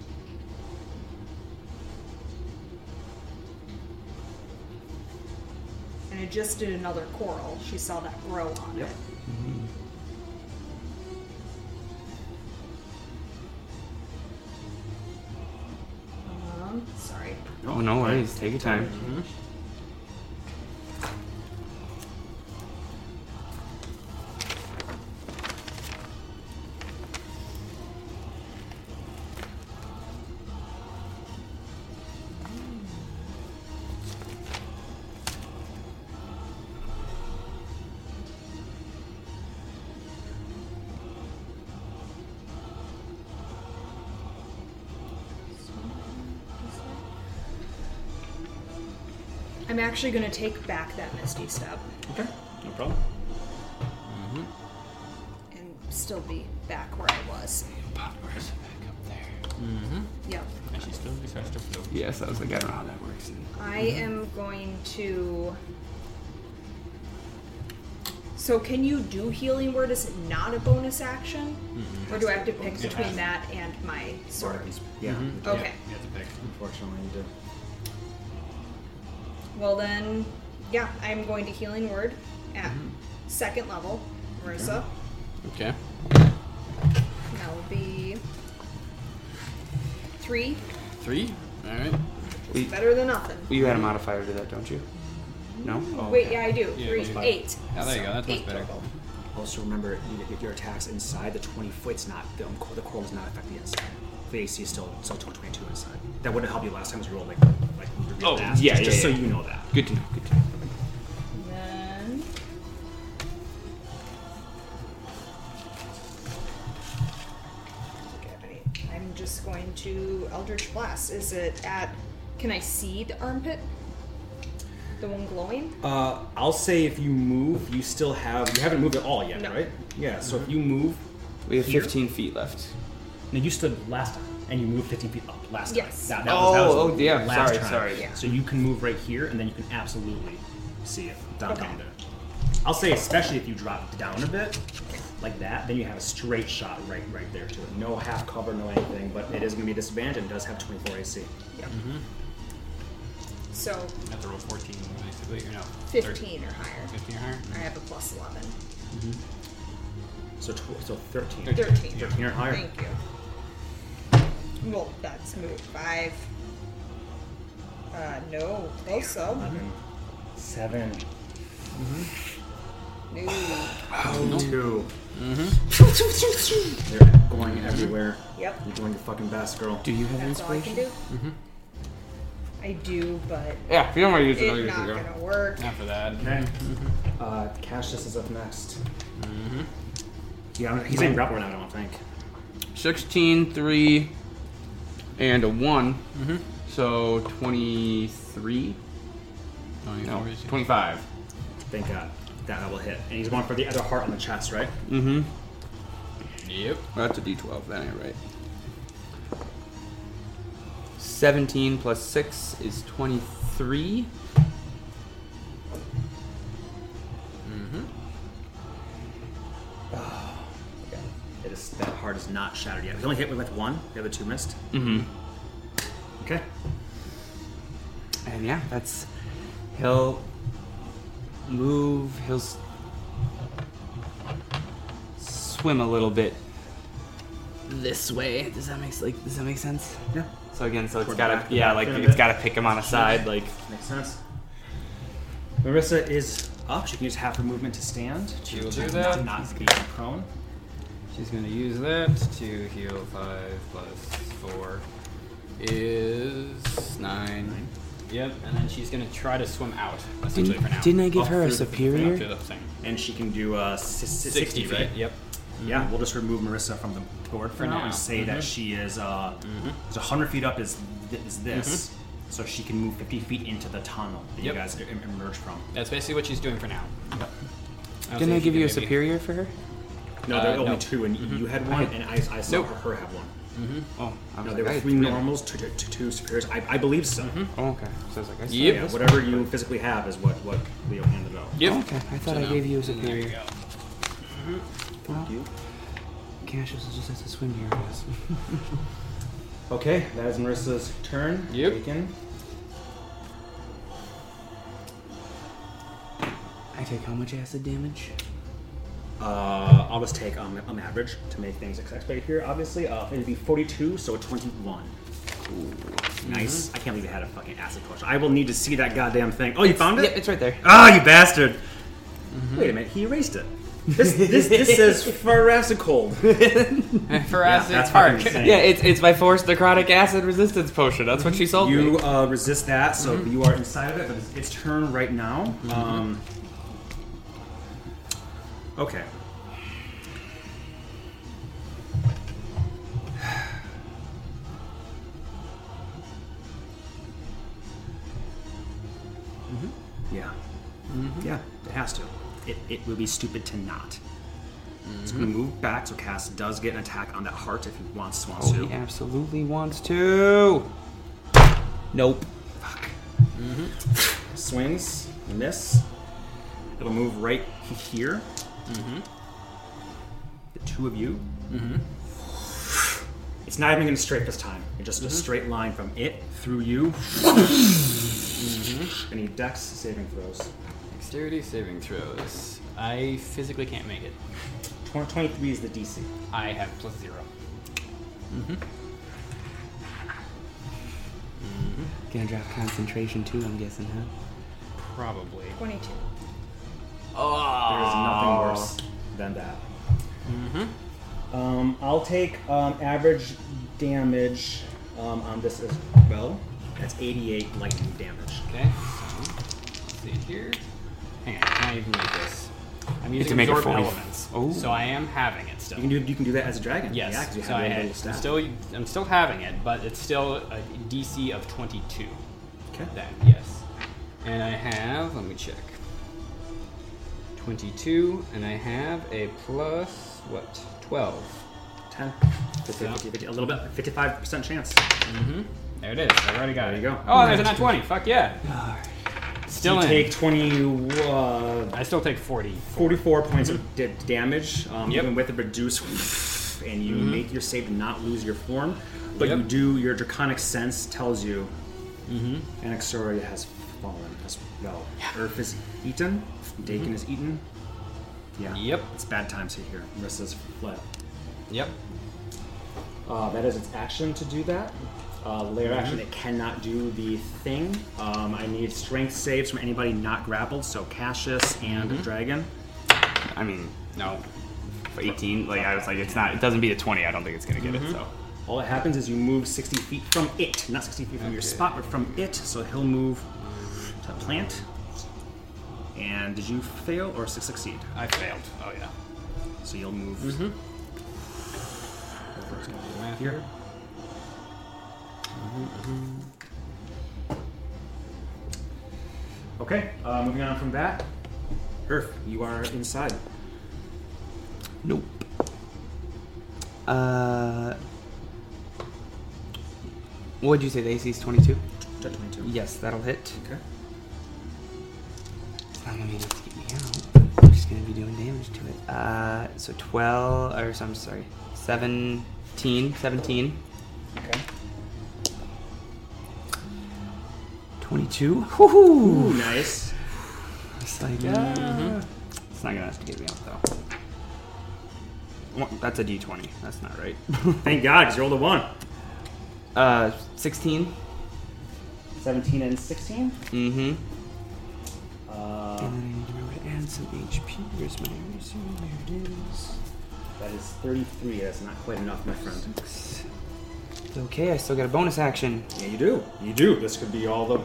E: And it just did another coral. She saw that grow on
C: Yep.
E: it. Mm-hmm. Um, sorry.
H: Oh, no worries. Take your time.
E: I'm actually gonna take back that misty step
C: Okay. No problem.
E: and still be back where I was. Mm-hmm.
F: Pop Marissa back up there.
E: Yep.
F: And she still decides to float.
H: Yes, I was like, I
F: Ah,
H: don't know how that works.
E: I am going to. So, can you do healing word? Is it not a bonus action,
F: Mm-hmm.
E: or do I have to pick between that and my sword?
C: Yeah.
E: Okay.
F: You have to pick.
C: Mm-hmm. Unfortunately, you do.
E: Well then, yeah, I am going to healing word at
F: Mm-hmm.
E: second level, Marissa.
F: Okay.
E: And That will be three.
F: Three. All right. Oh,
H: We,
E: Better than nothing.
H: you add a modifier to that, don't you? No? Oh,
E: Wait,
H: okay.
E: yeah, I do.
F: Yeah,
E: three,
F: that's fine.
E: eight.
F: Yeah, there you go. That's much
E: Eight
F: better.
E: total.
C: Also remember, you get your attacks inside the 20 foot. It's not the, um, the coral does not affect the inside. The AC is still still 22 inside. That would have helped you last time because you rolled like like you rolled
H: Oh,
C: last,
H: yeah,
C: just,
H: yeah,
C: just
H: yeah.
C: so you know that.
H: Good to know. Good to know.
E: Then. Okay, buddy. I'm just going to Eldritch Blast. Is it at. Can I see the armpit? The one glowing?
B: Uh, I'll say if you move, you still have. You haven't moved at all yet,
E: No.
B: right? Yeah. So
H: Mm-hmm.
B: if you move,
H: We have
B: Here?
H: 15 feet left.
B: now you stood last time, and you moved 15 feet up last
E: Yes.
B: time. That, that was, that was
H: Oh, oh,
B: the
H: yeah,
B: last
H: sorry,
B: time.
H: sorry.
B: So you can move right here, and then you can absolutely see it down down there. I'll say especially if you drop down a bit like that, then you have a straight shot right right there to it. No half cover, no anything, but it is going to be a disadvantage. and It does have 24 AC.
E: Yeah.
B: mm-hmm.
E: So
F: You have to roll 14, basically. Or no,
E: 15 or higher.
F: 15 or higher.
E: I have a plus 11.
B: So tw- so 13.
E: 13.
B: 13 or higher.
E: Thank you. Well, that's move 5. Uh, no. Close though.
B: Mm-hmm. Seven.
E: No.
H: Oh,
B: Two. They're going everywhere.
E: Yep.
B: You're doing your fucking best, girl.
H: Do you have
E: That's all I
H: inspiration?
E: can do. I do, but
H: Yeah, if you don't want to use it, I'll
E: it's
H: use
E: not
H: it.
E: going
H: girl.
E: to work.
F: Not for that.
B: Okay. Uh, Cassius is up next. Mm-hmm. Yeah, I'm- he's in grapple right now. I don't think.
H: 16, 3, and a one
B: Mm-hmm.
H: So 23? No, 25.
B: Thank God. uh, That I will hit. And he's going for the other heart on the chest, right?
H: Mm-hmm.
F: Yep.
H: Well, that's a d12, that ain't right. 17 plus 6 is 23.
B: It is, that heart is not shattered yet. He only hit with like one. The other two missed.
H: Mm-hmm.
B: Okay.
H: And yeah, that's. He'll move. He'll s- swim a little bit this way. Does that make like? Does that make sense?
B: Yeah.
H: So again, so it's
B: Toward the
H: gotta
B: back,
H: yeah,
B: back
H: like
B: in a
H: it's
B: bit.
H: gotta pick him on a side. Like
B: Makes sense. Marissa is up. She can use half her movement to stand.
F: She
B: to-
F: will
B: to
F: do that.
B: Not, not be prone.
F: She's going to use that to heal 5 plus 4 is 9. Yep, and then she's going to try to swim out, essentially, for now.
H: didn't I give
F: Up
H: her a
F: through the-
H: superior?
F: Through the thing.
B: And she can do uh, si- si-
F: 60,
B: 60 feet.
F: right? Yep.
B: Yeah, we'll just remove Marissa from the board for
F: For
B: now
F: now. Mm-hmm.
B: and say that she is uh, 'cause 100 feet up is th- is this, so she can move 50 feet into the tunnel that you
F: Mm-hmm. Yep.
B: guys em- emerge from.
F: That's basically what she's doing for now. was
H: didn't I
F: thinking
H: give you a
F: maybe-
H: superior for her?
B: No, Mm-hmm. there are
F: Uh,
B: only
F: no.
B: two, and you had one, and I, I saw
F: Nope.
B: her have one.
H: Oh, I
B: No,
H: was like,
B: there were
H: I-
B: three normals, two, two, two, two superiors. I, I believe so.
H: Oh, okay. So I was like, I saw
F: Yep.
B: Yeah,
H: this
B: whatever you physically have is what, what Leo handed out.
F: Yep.
H: one. Okay, I thought I
F: now-
H: gave you a
F: and there you
H: superior.
F: go.
H: Well, Cassius just has to swim here, I guess.
B: Okay, that is Marissa's turn.
F: Yep.
B: Bacon.
H: I take how much acid damage?
B: Uh, I'll just take um, on average to make things accessible here. Obviously, uh, it'd be 42, so 21. Nice.
H: Mm-hmm.
B: I can't believe I had a fucking acid question. I will need to see that goddamn thing. Oh, you found
H: Yep,
B: it?
H: it's Mm-hmm. right there.
B: Ah, you bastard! Wait a minute, he erased it. This this this *laughs* says Farassicold.
H: Thoracic
B: that's
H: heart.
B: fucking insane.
H: Yeah, it's it's my forced necrotic acid resistance potion. That's what she sold me.
B: You uh, resist that, so
H: Mm-hmm.
B: you are inside of it, but it's, it's turn right now. Um, okay. Mm-hmm. Yeah. Yeah, it has to. Mm-hmm. It, it would be stupid to not. It's going to move back, so Cass does get an attack on that heart if he wants, wants
H: Oh,
B: to.
H: he absolutely wants to. Nope.
B: swings, miss. It'll move right he- here. The two of you. It's not even going to straight this time. It's just a straight line from it through you. Any dex saving throws.
F: Dexterity saving throws. I physically can't make it.
B: Tw- 23 is the DC.
F: I have plus zero.
H: Gonna drop concentration too, I'm guessing, huh?
F: Probably.
E: 22.
B: There is nothing
F: Uh.
B: worse than that.
F: Mm-hmm.
B: Um, I'll take um, average damage um, on this as well. That's 88 lightning damage.
F: Okay, so let's see here. Hang on, can I even make this? I'm using
H: can make it
F: absorb
H: 40.
F: elements,
H: Oh.
F: so I am having it still.
B: You can do you can do that as a dragon.
F: yes,
B: Yeah, 'cause you
F: so
B: have
F: I
B: your
F: had,
B: little staff.
F: still I'm still having it, but it's still a DC of 22.
B: Okay.
F: Then yes, And I have, let me check. 22, and I have a plus, what, 12.
C: 10, 50, 50, 50, a little bit, 55% chance.
F: There it is. I already got
C: There
F: it.
C: you go.
F: Oh, there's a 20. Fuck yeah. Still
C: you
F: in.
C: take 20, uh,
F: I still take 40.
C: 44 points of d- damage, um,
F: Mm-hmm. Yep. Mm-hmm.
C: even with the reduce, *laughs* and you make your save to not lose your form. But you
F: Yep.
C: do, your draconic sense tells you
F: Mm-hmm.
C: Anaxoria has fallen as well. Earth is eaten, Dakin is eaten. Yeah.
F: Mm-hmm. Yep.
C: It's bad times here. Marissa's fled.
F: Yep.
C: Uh, that is its action to do that. Uh, layer action,
F: Mm-hmm.
C: it cannot do the thing. Um, I need strength saves from anybody not grappled, so Cassius and
F: Mm-hmm.
C: Dragon.
H: I mean, no. For 18, like I was like, it's not. It doesn't beat a 20. I don't think it's gonna get
C: Mm-hmm.
H: it. So
C: All that happens is you move 60 feet from it, not 60 feet from your spot, but from it. So he'll move to plant. And did you fail or su- succeed?
F: I failed. Oh, yeah.
C: So you'll move.
F: Math here.
C: Mm-hmm, Okay, uh, moving on from that. Earth, you are inside.
H: nope. Uh, what'd you say? The AC is 22.
C: Jet 22.
H: Yes, that'll hit.
C: Okay.
H: It's not gonna be enough to get me out. I'm just gonna be doing damage to it. Uh, so 12, or so, I'm sorry, 17, 17,
C: Okay.
H: 22. Woohoo!
C: Ooh, nice.
H: It's like, ah. It's not gonna have to get me out though. Well, that's a d20. That's not right. *laughs*
C: Thank God, because you rolled a 1.
H: uh, 16.
C: 17 and 16?
H: Mm-hmm.
C: Uh,
H: And then I need to remember to add some HP. Where's my eraser? There it is.
C: that is 33. That's not quite enough, my friend.
H: It's okay, I still got a bonus action.
C: Yeah, you do. You do. This could be all the.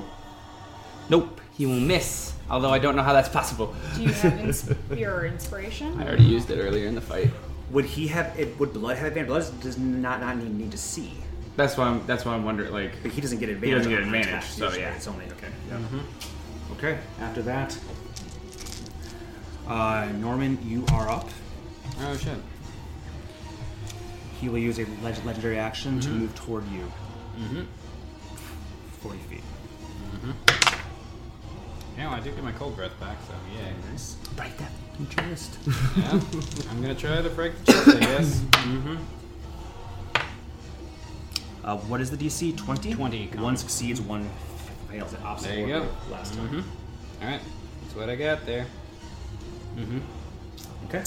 H: Nope, he will miss. Although I don't know how that's possible.
E: Do you have
C: *laughs*
E: ins- your inspiration?
J: I already used it earlier in the fight.
C: Would he have? It, would Blood have advantage? Blood does not not need, need to see,
F: That's why I'm, that's why I'm wondering, like,
C: but he doesn't get advantage.
F: He doesn't get
C: on
F: advantage,
C: attacks
F: so
C: usually.
F: yeah. Mm-hmm.
C: it's only okay. Yeah. Okay. After that, uh, Norman, you are up.
F: oh, shit.
C: He will use a leg- legendary action
F: Mm-hmm.
C: to move toward you. Forty feet.
F: Yeah, well, I do get my cold breath back, so yeah.
C: Nice. Break that fucking chest. *laughs*
F: Yeah. I'm gonna try to break the chest, I guess.
C: Uh, what is the DC? 20?
F: 20,
C: One succeeds, one fails. The opposite
F: There you
C: order
F: go.
C: of last time.
F: Alright. That's what I got there.
C: Okay.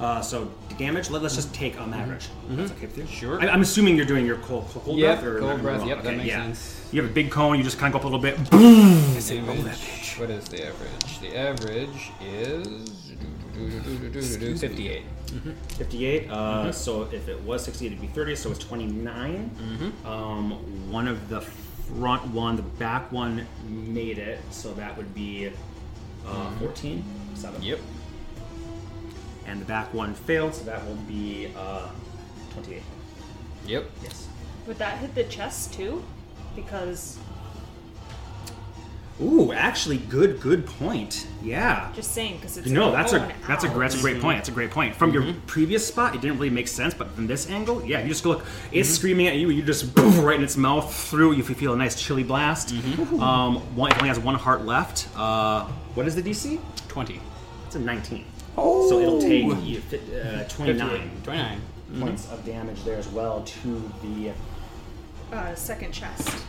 C: Uh, so the damage. Let, us just take on average. That's okay with you?
F: Sure.
C: I, am assuming you're doing your cold, cold
F: Yep,
C: breath. Or
F: cold
C: am I
F: breath,
C: wrong?
F: yep, that
C: Okay,
F: makes
C: yeah.
F: sense.
C: You have a big cone. You just kind of go up a little bit.
F: Average- What is the average? The average is 58.
C: 58. Uh, So if it was 60, it'd be 30. So it's 29.
F: Mm-hmm.
C: Um, one of the front one, the back one made it. So that would be uh, 14. Seven.
F: Mm-hmm. Yep.
C: And the back one failed. So that will be uh, 28.
F: Yep.
C: Yes.
E: Would that hit the chest too? Because
C: Ooh, actually, good, good point. Yeah.
E: just saying, because it's
C: No, that's Mm-hmm.
E: going
C: a that's a
E: out.
C: gr- that's a great point. That's a great point. From your previous spot, it didn't really make sense, but from this angle, yeah, you just go look. It's screaming at you. You just boom, right in its mouth through. You feel a nice chilly blast. Um, one, it only has one heart left. Uh, what is the DC?
F: 20.
C: It's a 19. Oh. So it'll take you fi- uh, 29
F: 29.
C: points of damage there as well to the.
E: Uh, second chest.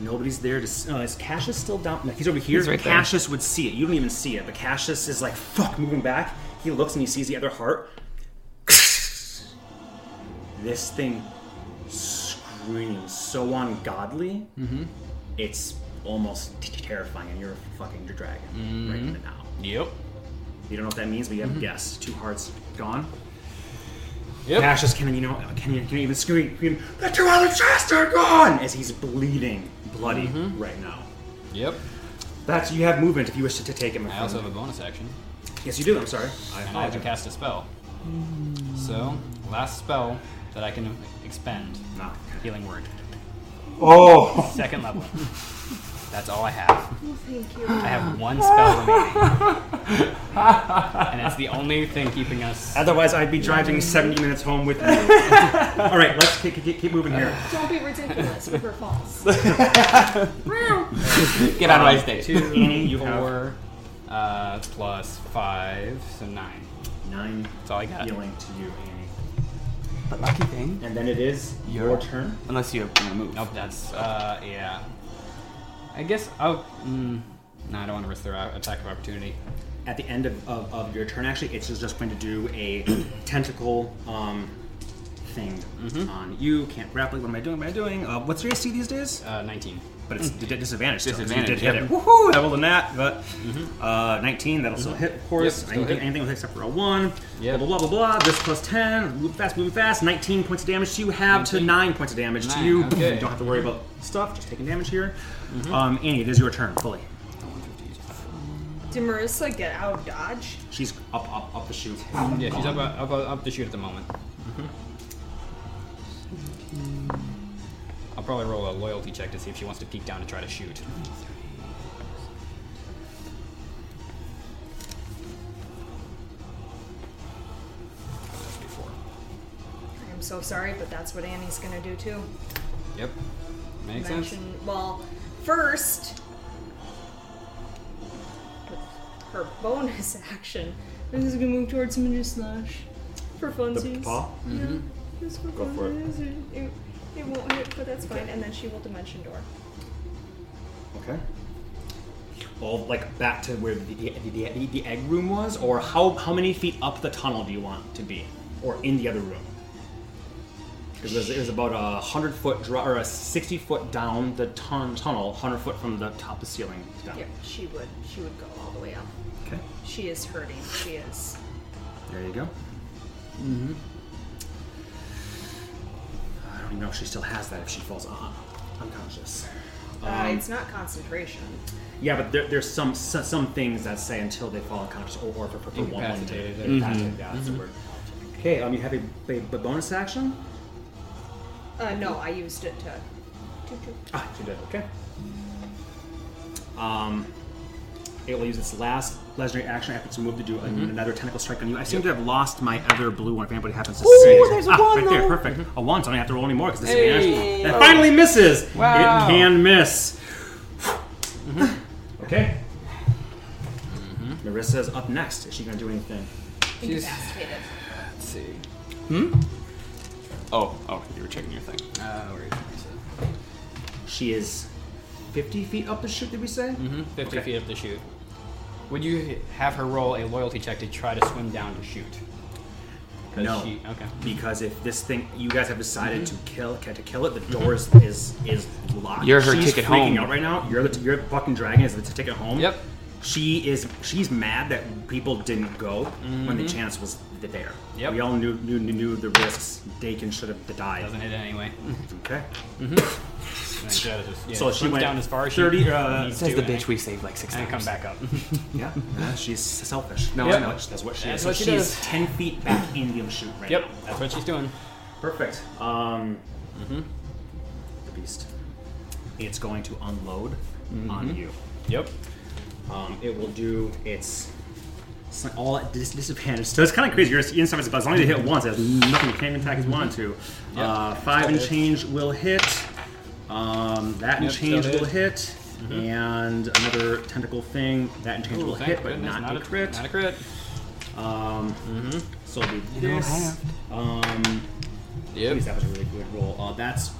C: Nobody's there to. s- Uh, is Cassius still down? No, he's over here.
H: He's right there.
C: Cassius would see it. You don't even see it, but Cassius is like, fuck, moving back. He looks and he sees the other heart. *laughs* This thing screams so ungodly.
H: Mm-hmm.
C: It's almost t- t- terrifying, and you're a fucking dragon
H: Mm.
C: right in the now.
F: Yep.
C: You don't know what that means, but
H: Mm-hmm.
C: you have a guess. Two hearts gone.
F: Yep.
C: Cassius can you know can you, can you even scream, scream the two other chests are gone as he's bleeding bloody
H: Mm-hmm.
C: right now.
F: Yep.
C: That's you have movement if you wish to, to take him.
F: I also have a bonus action,
C: yes, you do. I'm sorry. I
F: and I have to
C: apologize.
F: cast a spell. So, last spell that I can expend
C: No.
F: Healing Word.
C: Oh,
F: Second level. That's all I have.
E: Oh, thank you.
F: I have one spell remaining.
E: *laughs*
F: and it's the only thing keeping us.
C: Otherwise, I'd be driving 70 minutes home with you. All right, let's keep, keep, keep moving here.
E: Don't be
C: *laughs*
E: ridiculous. River Falls.
H: *laughs* Get out of my stage.
F: Two,
C: Annie, you have-
F: four, uh, plus five, so nine.
C: Nine
F: That's all I got.
C: healing to you, Annie.
H: But lucky thing, Oh,
C: And then it is your, turn.
H: unless you're gonna move.
F: Nope, that's uh, yeah. I guess I'll. Mm, no, I don't want to risk their o- attack of opportunity.
C: At the end of, of, of your turn, actually, it's just, just going to do a *coughs* tentacle um, thing on you. Can't grapple. What am I doing? What am I doing? Uh, what's your AC these days?
F: Uh, 19.
C: But it's d- disadvantage. Still, 'cause
F: Disadvantage,
C: You did hit it. Woohoo! I rolled a nat, but uh, 19. That'll still hit, of course.
F: Yep,
C: I
F: still
C: can do
F: hit.
C: anything with it except for a one.
F: Yep.
C: Blah blah blah blah blah. This plus 10. Move fast, moving fast. 19 points of damage to you. Have to
F: 19.
C: nine points of damage to
F: Nine,
C: you.
F: okay.
C: You *laughs* don't have to worry about stuff. Just taking damage here. Um, Annie, it is your turn. Fully.
E: Did Marissa get out of Dodge?
C: She's up, up, up the chute.
F: Yeah, she's up, up, up, up the shoot at the moment. I'll probably roll a loyalty check to see if she wants to peek down and try to shoot.
E: I'm so sorry, but that's what Annie's gonna do too.
F: Yep. Makes sense.
E: Mention well, first with her bonus *laughs* action, I'm just gonna move towards him and just slash for funsies.
C: paw?
E: Yeah,
F: Mm-hmm.
E: just for
C: Go
E: funsies.
C: for it.
E: It, it- it won't hit, but that's fine. And then she will dimension door.
C: Okay. Well, like back to where the, the, the, the, the egg room was, or how how many feet up the tunnel do you want to be, or in the other room? It was, it was about a hundred foot dro- or a sixty foot down the tun- tunnel, hundred foot from the top of the ceiling down.
E: Yeah, she would. She would go all the way up.
C: Okay,
E: She is hurting. She is.
C: there you go. Mm-hmm. I don't even know if she still has that if she falls on unconscious.
F: Um,
E: Uh, it's not concentration.
C: Yeah, but there, there's some, some some things that say until they fall unconscious or, or for, for, for one one day.
F: Incapacitated,
C: They're incapacitated, yeah, that's the word. Okay, um, you have a, a, a bonus action.
E: Uh, no, I used it to. to- to-
C: Ah, you did. Okay. Um, it will use its last legendary action after it's moved to do an- another tentacle strike on you. I seem to have lost my other blue one. If anybody happens to see it,
B: there's a
C: ah,
B: one,
C: right there,
B: though.
C: perfect. A one, so I don't have to roll anymore because this
F: Hey.
C: advantage that finally misses.
F: Wow.
C: It can miss. Okay. Marissa is up next. Is she going to do anything?
F: She's,
E: incapacitated.
F: let's see.
H: Oh, oh, you were checking your thing.
F: Uh, where is it?
C: She is 50 feet up the chute, did we say?
F: Mhm, 50
C: Okay.
F: feet up the chute. Would you have her roll a loyalty check to try to swim down to shoot? 'Cause
C: No.
F: She, okay.
C: Because if this thing, you guys have decided
F: Mm-hmm.
C: to kill to kill it, the door is, is is locked.
H: You're her
C: she's
H: ticket
C: freaking
H: home.
C: out right now. You're the you're the fucking dragon is the ticket home.
F: Yep.
C: She is she's mad that people didn't go when the chance was there.
F: Mm-hmm. Yep.
C: We all knew knew knew, knew the risks. Dakin should have died.
F: Doesn't hit anyway.
C: Okay.
F: And she gotta just- yeah,
C: So she
F: swims
C: went
F: down as far as she
C: 30, uh,
F: needs
H: Says
F: to,
H: the
F: and
H: bitch
F: then-
H: we saved like six
F: and then
H: times.
F: come back up. *laughs*
C: Yeah. Uh, she's selfish. No,
F: Yep.
C: that's what- that's what she
F: That's
C: is.
F: what
C: so
F: she
C: she's
F: does.
C: ten feet back in the chute right
F: yep,
C: now.
F: that's what she's doing.
C: Perfect. Um,
F: Mm-hmm.
C: The beast. It's going to unload on you.
F: Yep.
C: Um, it will do its it's like all at dis- disadvantage. So it's kind of crazy. Your in stuff is about as long as you hit once, it has nothing. You can't even attack as one to. Uh, five and
F: hits.
C: change will hit. Um, that and
F: Yep,
C: change
F: still
C: will hit. And another tentacle thing. That and change will
F: Thank
C: hit, but
F: goodness,
C: not, a crit.
F: Not a crit.
C: um, So it'll be
H: don't
C: this. Um,
F: Yep.
C: Jeez, that was a really good roll. Uh, that's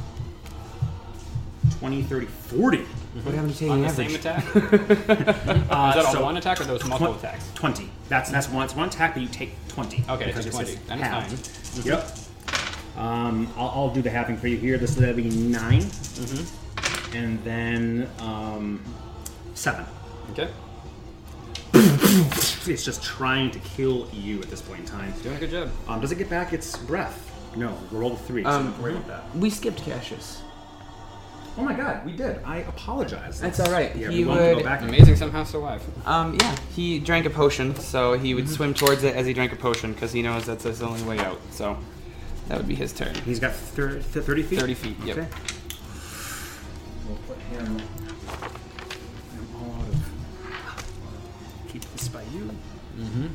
C: 20, 30, 40.
H: What happened to taking
F: On the
H: average?
F: same
H: *laughs*
F: attack? Uh, Is that on
C: so-
F: one attack or those multiple attacks?
C: 20. That's that's one. It's one attack, but you take 20.
F: Okay,
C: because
F: it's
C: this
F: 20.
C: is
F: Then it's
C: halved. Yep.
B: Mm-hmm.
C: Um, I'll, I'll do the halving for you here. This will be 9. Mm-hmm. And then um, 7.
F: Okay.
C: It's just trying to kill you at this point in time.
F: Doing a good job.
C: Um, does it get back its breath? No, roll 3. so
B: Um,
C: don't worry about that.
B: We skipped Cassius.
C: Oh my god, we did. I apologize.
B: That's all right.
C: Yeah,
B: He
C: we won't go
B: would-
C: back
F: Amazing somehow still alive.
H: Um, yeah, he drank a potion, so he would swim towards it as he drank a potion because he knows that's his only way out. So that would be his turn.
C: He's got thir- thir- 30 feet?
H: 30 feet, yep.
C: Okay. We'll put him
B: whole lot of. Keep this by you. Mm-hmm.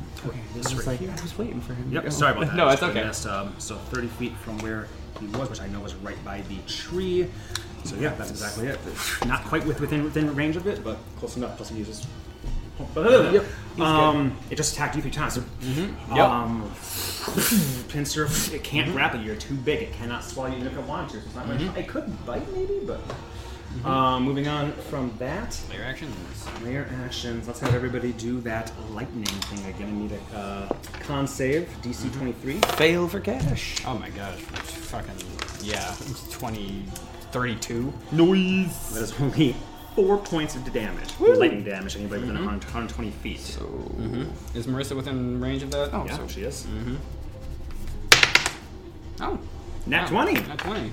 B: This
H: Just
B: right
H: like,
B: here.
H: I was waiting for him. to
B: Yep.
H: go.
B: Sorry about *laughs* that.
F: No,
B: I
F: it's
B: just
F: okay.
B: messed up. so 30 feet from where he was, which I know was right by the tree. So yeah, that's exactly it. Not quite with, within within range of it, but close enough. Plus he uses. Yep. Um, it just attacked you three times.
F: Yep.
B: Um, *laughs* pincer. It can't grapple you. You're too big. It cannot swallow you even if it wanted to. So it's not really- It could bite maybe, but. Um, moving on from that,
F: Player actions.
B: Layer actions. Let's have everybody do that lightning thing again. I need a uh, con save, DC 23.
H: Fail for cash.
F: Oh my gosh. It's fucking. Yeah. It's 20. 32.
B: That is only four points of damage. Lightning damage, anybody within 100 120 feet.
F: Is Marissa within range of that?
B: yeah, she is.
F: Oh.
B: Nat
F: Wow,
B: 20!
F: Not 20. Uh,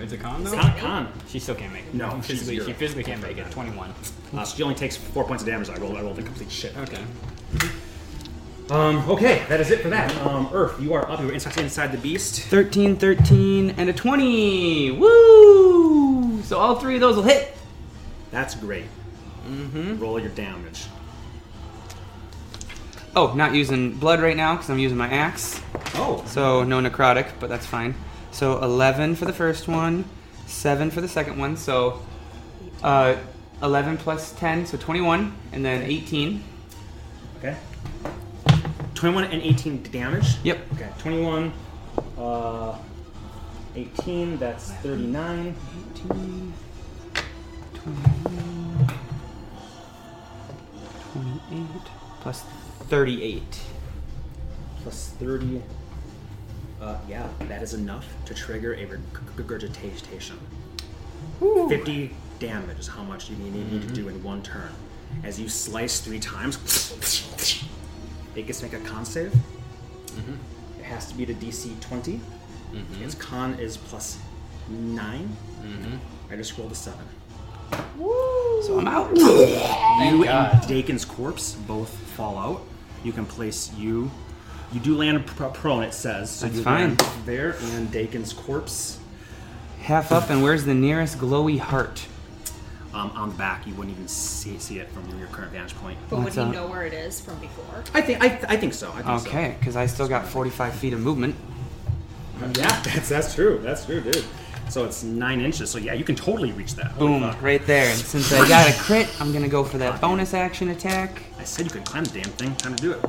F: it's a con though?
B: It's not a con.
F: She still can't make it.
B: No, she's
F: physically,
B: zero.
F: she physically can't make it. 21.
B: Uh, so she only takes four points of damage. I rolled, I rolled a complete shit.
F: Okay.
B: Um, okay, that is it for that. Um, Earth, you are up. You're inside, inside the beast.
H: 13, 13, and a 20. Woo! So all three of those will hit.
B: That's great. Mm-hmm. Roll your damage.
H: Oh, not using blood right now because I'm using my axe.
B: Oh,
H: So no necrotic, but that's fine. So 11 for the first one, 7 for the second one. So uh, 11 plus 10, so 21, and then 18.
B: okay. 21 and 18 damage.
H: Yep.
B: Okay, 21, uh, 18, that's 39.
H: 18, 21, 28, plus 38.
B: plus 30. Uh, yeah, that is enough to trigger a reg- regurgitation. 50 damage is how much you need, need to do in one turn. As you slice three times, it gets to make a con save. It has to be to DC 20. Its con is plus 9. I just rolled a 7.
H: So I'm out.
B: you and Dakin's corpse both fall out. You can place you. You do land pr- prone. It says so.
H: That's
B: you
H: fine.
B: land there and Dakin's corpse
H: Half up, and where's the nearest glowy heart?
B: um, on the back. You wouldn't even see, see it from your current vantage point.
E: But would
H: What's
E: he
H: up?
E: know where it is from before?
B: I think I, I think so. I think so.
H: Okay, because I still got 45 feet of movement.
B: Yeah, *laughs* that's that's true. That's true, dude. So it's nine inches. So yeah, you can totally reach that. Holy
H: Boom,
B: fuck.
H: right there. And since I got a crit, I'm going to go for that bonus action attack.
B: I said you could climb the damn thing. Time to do it.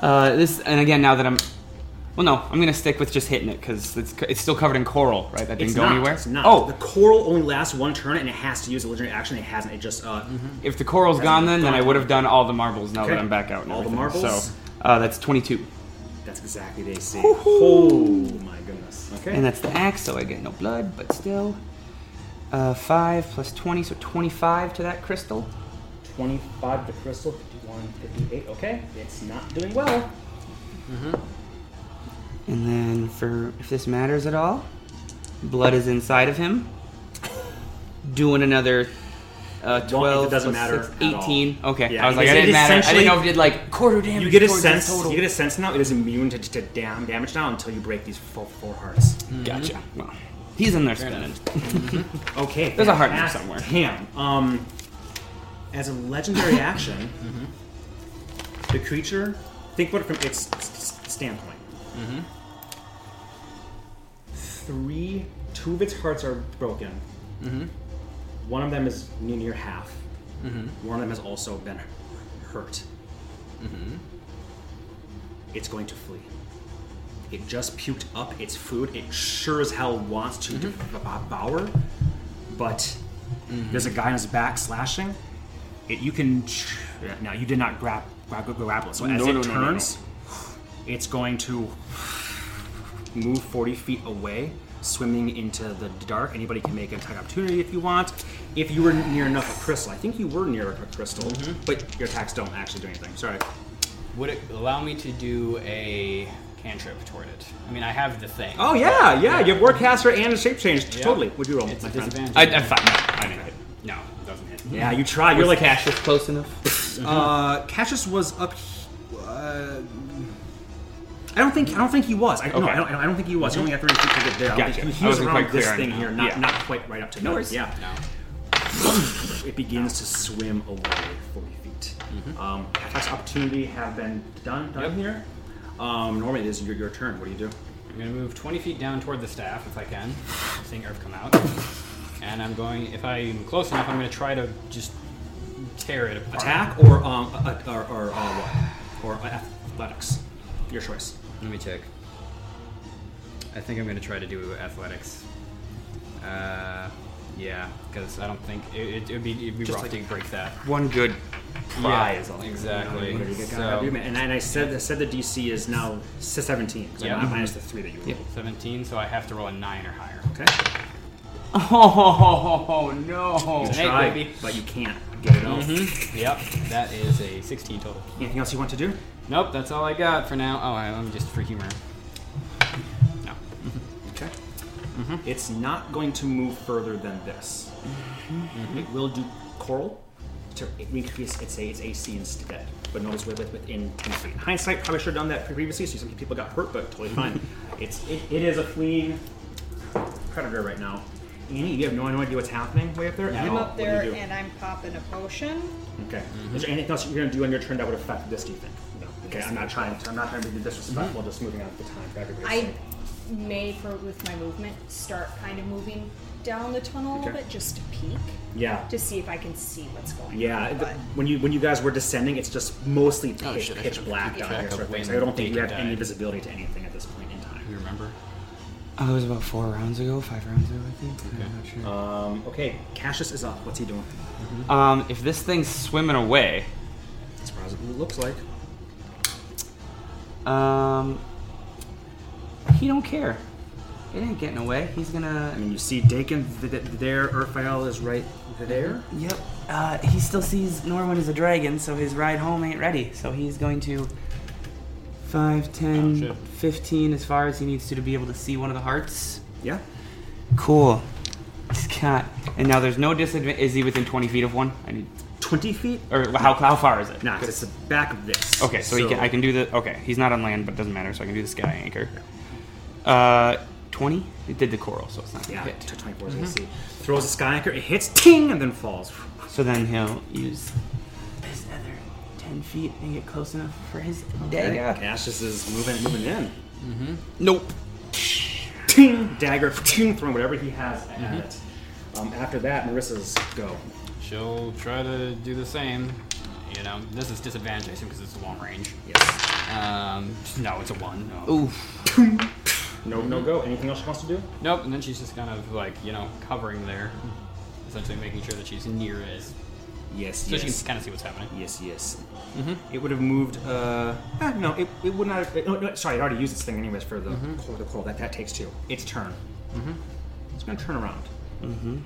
H: Uh, this and again now that I'm, well, no, I'm gonna stick with just hitting it because it's co- it's still covered in coral, right? That didn't
B: It's
H: go
B: not.
H: anywhere.
B: It's not.
H: Oh,
B: the coral only lasts one turn, and it has to use a legendary action. It hasn't. It just uh,
H: if the coral's gone, then then I
B: gone.
H: would have done all the marbles. Now that
B: Okay.
H: I'm back out. And
B: All the
H: everything.
B: marbles?
H: So uh, that's 22,
B: that's exactly the AC. Oh my goodness. Okay.
H: and that's the axe, so I get no blood, but still. Uh, 5 plus 20, so 25 to that crystal.
B: 25 to crystal, 51, 58. Okay, it's not doing well.
H: And then, for if this matters at all, blood is inside of him. Doing another uh, 12.
B: Well, it doesn't
H: plus
B: matter
H: six-
B: at all.
H: 18. Okay.
B: Yeah,
H: I was like,
B: it-
H: I
B: it
H: didn't matter. I
B: essentially-
H: didn't know if it did like quarter damage.
B: You get a
H: towards
B: sense.
H: the Total.
B: You get a sense now. It is immune to, to, dam- damage now until you break these four, four hearts.
H: Gotcha. Well, he's in there spinning.
B: Okay.
H: There's a heart in there
B: fantastic.
H: somewhere.
B: Damn. Um, as a legendary action, the creature. Think about it from its s- s- standpoint. Three, two of its hearts are broken. One of them is near, near half. One of them has also been hurt. It's going to flee. It just puked up its food. It sure as hell wants to devour, but there's a guy on his back slashing. It you can ch- now you did not grab grab grapple. it. So as
H: No,
B: it
H: no, no, no, no.
B: turns, it's going to move 40 feet away, swimming into the dark. Anybody can make an attack opportunity if you want. If you were near enough a crystal, I think you were near a crystal,
H: Mm-hmm.
B: but your attacks don't actually do anything. Sorry.
F: Would it allow me to do a cantrip toward it? I mean, I have the thing.
B: Oh yeah, yeah. You have warcaster and a shape change.
F: Yeah.
B: Totally. Would you roll?
F: It's a
B: my friend?
F: disadvantage.
H: I, I, fine.
F: I didn't hit. No, it doesn't hit.
B: Yeah, you try. You're like
H: Cash was close enough.
B: Uh, Cassius was up. he- Uh, I don't think. I don't think he was. I, no,
H: Okay.
B: I don't, I don't think he was. He only got thirty feet to get there. I don't
H: Gotcha.
B: think he,
H: I
B: he was
H: wasn't
B: around
H: quite
B: this
H: clear on-
B: thing here, not
H: yeah.
B: not quite right up to no
H: worries.
B: Yeah.
F: No.
B: it begins to swim away 40 feet. Um, attacks opportunity have been done, done
F: Yep.
B: here. Um, Norman, it is your, your turn. What do you do?
F: I'm gonna move 20 feet down toward the staff if I can, seeing Earth come out. And I'm going, if I'm close enough, I'm gonna try to just tear it apart.
B: Attack or um, uh, uh, or, or uh, what? Or athletics. Your choice.
F: Let me check. I think I'm gonna try to do athletics. Uh, yeah, because I don't think it, it, would be it'd be rough to
B: *laughs*
F: break that.
H: One good
F: Yeah,
H: pry is all.
F: exactly.
B: What do you get?
F: So,
B: and, I- and I said I said the DC is now 17. So
F: Yep.
B: not minus the three that you rolled.
F: 17, so I have to roll a 9 or higher.
B: Okay.
H: Oh no!
B: You
F: Hey,
B: try,
F: baby.
B: but you can't get it out.
F: Mm-hmm. Yep, that is a 16 total.
B: Anything else you want to do?
F: Nope, that's all I got for now. Oh, I- I'm just for humor. No.
B: Okay. It's not going to move further than this. It will do coral to increase its, its AC instead, but notice with, with within 10 feet. In hindsight, probably should have done that previously, so some people got hurt, but totally fine. it's it, it is a fleeing predator right now. Annie, you have no, no idea what's happening way up there. at
E: I'm
B: all?
E: up
B: What do you
E: there
B: do?
E: and I'm popping a potion.
B: Okay. Is there anything else you're gonna do on your turn that would affect this? Do you think? No. Okay. I'm not trying. To, I'm not trying to be disrespectful. Just moving on with the time for everybody.
E: I may, for with my movement, start kind of moving down the tunnel a little
B: Okay.
E: bit just to peek
B: Yeah.
E: to see if I can see what's going
B: Yeah.
E: on.
B: the-
E: But
B: when you when you guys were descending, it's just mostly pitch,
F: shit, I
B: pitch
F: should've
B: black
E: kept
B: down
E: track
B: here.
F: of
B: Sort of thing. So
F: when
B: I don't think
F: they
B: you have any
F: died.
B: visibility to anything at this point in time.
F: You remember?
H: Oh, it was about four rounds ago, five rounds ago, I think. I'm not sure.
B: Um, okay. Cassius is up. What's he doing? Uh,
H: Um, if this thing's swimming away,
B: That's what it looks like.
H: um, he don't care. It ain't getting away. He's
B: I
H: gonna.
B: mean, you see Dakin th- th- there. Urfael is right there.
H: Yep. Uh, he still sees Norwin as a dragon, so his ride home ain't ready. So he's going to 5, 10,
F: Oh, shit.
H: 15 as far as he needs to to be able to see one of the hearts.
B: Yeah.
H: Cool. He's got. And now there's no disadvantage. Is he within 20 feet of one? I need.
B: Twenty feet.
H: Or how, how far is it?
B: Nah, 'cause it's the back of this.
H: Okay, so, he can, I can do the. Okay, he's not on land, but it doesn't matter. So I can do the sky anchor. Uh, twenty. It did the coral, so it's not gonna
B: Yeah,
H: hit.
B: 24 is AC. Throws a sky anchor, it hits, ting, and then falls.
H: So then he'll use his other ten feet and get close enough for his dagger.
B: Cassius is moving, moving in.
H: Nope.
B: Ting, dagger, ting, throwing whatever he has at
F: Mm-hmm.
B: it. Um, after that, Marissa's go.
F: She'll try to do the same. You know, this is disadvantage, I assume, because it's long range.
B: Yes.
F: Um, no, it's a one. No.
H: Oof.
B: No, no go. Anything else she wants to do?
F: Nope, and then she's just kind of like, you know, covering there, essentially making sure that she's near it. So
B: Yes,
F: she can Mm-hmm. kind of see what's happening.
B: Yes, yes. It would have moved. Uh, ah, no, it, it would not. Have, oh, no, no, sorry, it already used its thing anyways for the
F: Mm-hmm.
B: core. The core that that takes two. Its turn. It's gonna turn around.
F: Mm-hmm.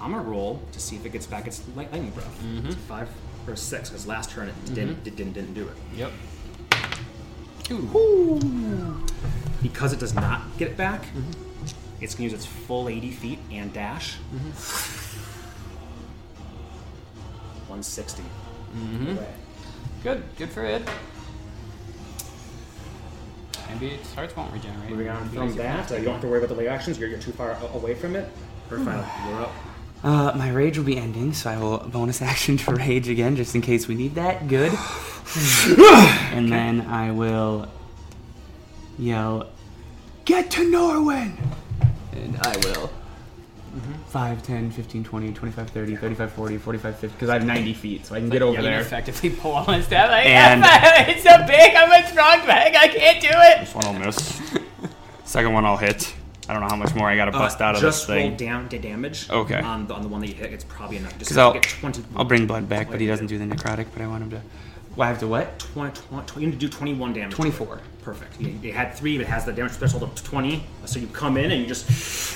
B: I'm gonna roll to see if it gets back its light- lightning breath.
F: Mm-hmm.
B: It's five or six because last turn it didn't, it didn't didn't do it.
F: Yep.
B: Because it does not get it back, Mm-hmm. it's gonna use its full 80 feet and dash. 160. Away.
F: Good. Good for it. Maybe its hearts won't regenerate.
B: Moving on from that, uh, you don't have to worry about the lay actions. You're, you're too far a- away from it. Hmm. Or final, you're up.
H: Uh, my rage will be ending, so I will bonus *laughs* action to rage again, just in case we need that. *sighs* Good. and then I will yell, "Get to Norwin!" And I will. Mm-hmm. 5, 10, 15, 20, 25, 30, 35, 40, 45, 50, because I have 90 feet, so I can get over
F: You
H: there.
F: effectively pull on his staff. Like,
H: And-
F: *laughs* it's so big. I'm a strong bag. I can't do it.
H: First one I'll miss. Second one I'll hit. I don't know how much more I gotta bust out of
B: Uh, just
H: this thing.
B: roll down to damage.
H: Okay.
B: On the, on the one that you hit, it's probably enough. Just
H: 'Cause I'll-
B: get 20.
H: I'll bring blood back, but he doesn't do the necrotic, but I want him to. Well, I have to what?
B: 20, 20, you need to do 21 damage. to it.
H: 24.
B: Perfect. You, you had three, but it has the damage threshold of 20. So you come in and you just,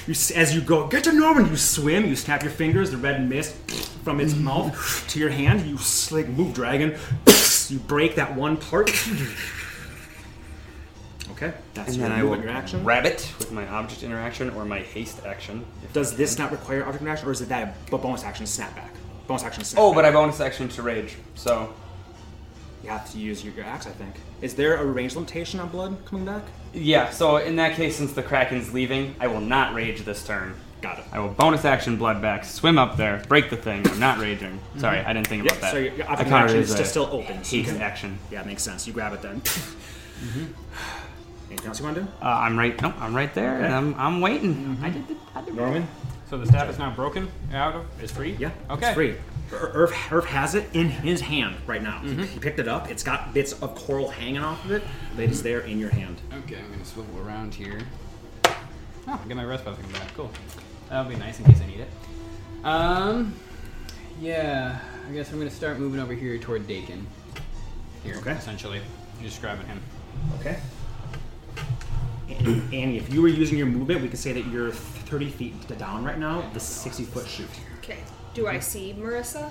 B: you s- as you go, get to Norman. You swim. You snap your fingers. The red mist from
H: Mm-hmm.
B: its mouth to your hand. You slick move, dragon. You break that one part. Okay, that's your movement, your action.
H: rabbit with my object interaction or my haste action.
B: Does this not require object interaction, or is it that a bonus action snapback? Bonus action snapback.
H: Oh, but I bonus action to rage, so
B: You have to use your, your axe, I think. Is there a range limitation on blood coming back?
H: yeah. So in that case, since the kraken's leaving, I will not rage this turn.
B: Got it.
H: I will bonus action blood back, swim up there, break the thing. I'm not raging. Sorry, I didn't think
B: Yeah,
H: about that.
B: so Mm-hmm. your, your
H: I
B: option
H: counted it
B: is
H: as a
B: just still open. so you
H: haste
B: can-
H: action.
B: Yeah, makes sense. You grab it then. Anything else you want to do?
H: Uh, I'm right. No, I'm right there, and I'm, I'm waiting.
B: Mm-hmm.
H: I did the. I did the-
B: Norman?
F: So the staff is now broken out of. It's free.
B: Yeah.
F: Okay.
B: It's free. Ir- Irv, Irv has it in his hand right now. He- He picked it up. It's got bits of coral hanging off of it, but it is there in your hand.
F: Okay, I'm gonna swivel around here. Oh, I get my rest buff coming back. Cool. That'll be nice in case I need it. Um, yeah, I guess I'm gonna start moving over here toward Dakin. Here,
B: Okay.
F: essentially, just grabbing him.
B: Okay. And, and if you were using your movement, we could say that you're 30 feet d- down right now. The 60 foot chute.
E: Okay. Do
B: Mm-hmm.
E: I see Marissa?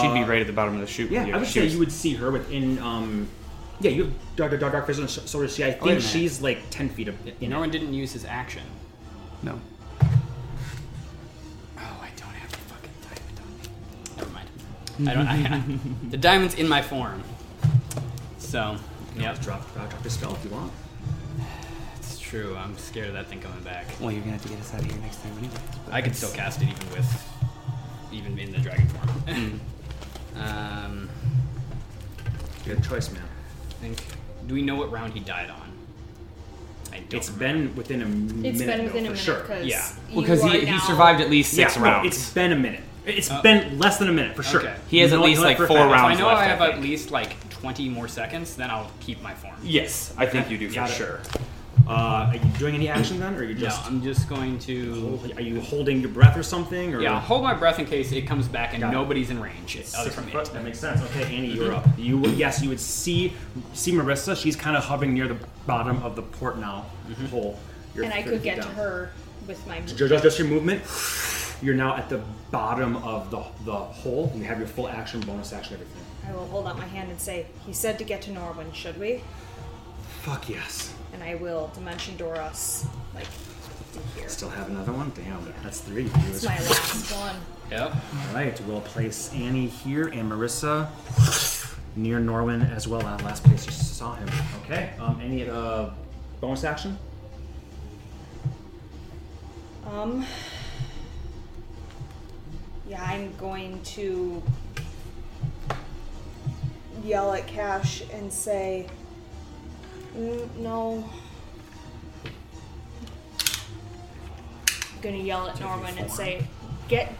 H: She'd be right at the bottom of the chute.
B: Uh, Yeah,
H: with
B: I would
H: She
B: say
H: was-
B: you would see her within. Um, yeah, you have dark, dark, dark vision, and so does she. I
F: wait a
B: think
F: minute.
B: she's like 10 feet of, in
F: Norman didn't use his action.
H: No.
F: Oh, I don't have the fucking diamond on me. Never mind. I don't. I, the diamond's in my form. So,
B: Yeah,
F: yeah,
B: just drop, drop, drop this spell if you want.
F: it's true. I'm scared of that thing coming back.
H: Well, you're gonna have to get us out of here next time anyway.
F: I can still cast it even with, even in the dragon *laughs* form. Hmm. um,
B: Good choice, man.
F: I think. Do we know what round he died on? I don't.
B: It's
F: remember.
B: been within a minute.
E: It's been
B: though,
E: within a
B: for
E: minute
B: sure.
E: because
F: Yeah.
E: you
H: Well, because
E: are
H: he, he
E: now-
H: survived at least six
B: Yeah, no,
H: rounds. Uh,
B: it's been a minute. It's
F: Oh.
B: been less than a minute for sure.
F: Okay.
H: He has
B: You
H: at
B: know it-
H: least,
B: you know it
H: like,
B: for a
H: four
B: fact.
F: If I
H: rounds
F: know
H: left,
F: I
H: I
F: have at
H: think.
F: least like 20 more seconds, then I'll keep my form.
H: yes, I think you do for
B: Got it.
H: sure.
B: Uh, are you doing any action then, or are you
F: No,
B: just?
F: I'm just going to.
B: Are you holding your breath or something? Or
F: Yeah, I'll hold my breath in case it comes back and
B: Got it.
F: nobody's in range other from
B: Foot,
F: it.
B: That makes sense. Okay, Annie, you're
H: Mm-hmm.
B: up. You would yes, you would see see Marissa. She's kind of hovering near the bottom of the port now
H: Mm-hmm.
B: hole. You're
E: And I
B: 30
E: could
B: feet
E: get to
B: down.
E: her with my
B: Ju- Just, just your movement. You're now at the bottom of the the hole. You have your full action, bonus action, everything.
E: I will hold out my hand and say, he said to get to Norwin, should we?
B: Fuck yes.
E: And I will dimension door us, like, in here.
B: Still have another one. Damn, that's three.
E: It's my last one.
F: Yep.
B: All right, we'll place Annie here and Marissa near Norwin as well. Uh, last place you saw him. Okay. Um, any uh, bonus action?
E: Um. Yeah, I'm going to yell at Cash and say, "Mm, no. I'm gonna yell at Norman and say, get.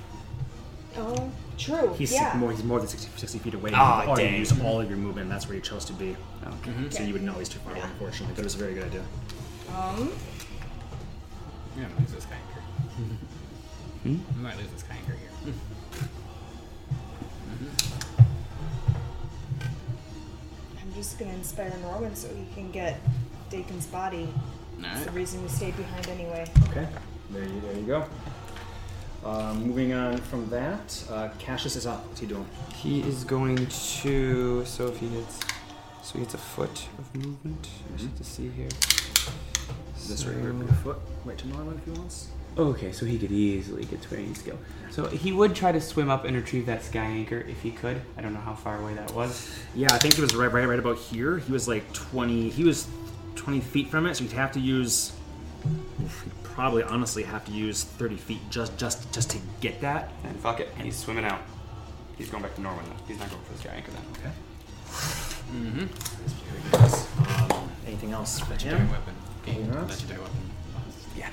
E: Oh, true.
B: He's
E: yeah.
B: more. He's more than 60, 60 feet away.
H: Ah,
B: You've already
H: dang.
B: used all of your movement. That's where you chose to be.
H: Okay.
B: So you would know he's too far away.
E: Yeah.
B: Unfortunately, that was a very good idea.
E: Um,
F: Yeah, I'm gonna lose this guy anchor. I might lose this guy anchor here.
E: I'm just gonna inspire Norman so he can get Dakin's body. That's the
F: Alright.
E: reason we stayed behind anyway.
B: Okay. There you, there you go. Uh, moving on from that, uh, Cassius is up. What's he doing?
H: He is going to. So if he hits, so he hits a foot of movement. I just have to see here.
B: Mm-hmm. This
H: So-
B: right here, put your foot right to Norwin if he wants.
H: Okay, so he could easily get to where he needs to go. So he would try to swim up and retrieve that sky anchor if he could. I don't know how far away that was.
B: Yeah, I think it was right, right, right about here. He was like twenty. He was twenty feet from it, so you'd have to use. oof, you'd Probably, honestly, have to use thirty feet just, just, just to get that.
H: And fuck it, he's swimming out. He's going back to Norwin though. He's not going for the sky anchor then.
B: Okay. Mm-hmm. Um, anything else? for him?
F: Legendary weapon.
B: Anything else?
F: Legendary weapon.
H: Yeah.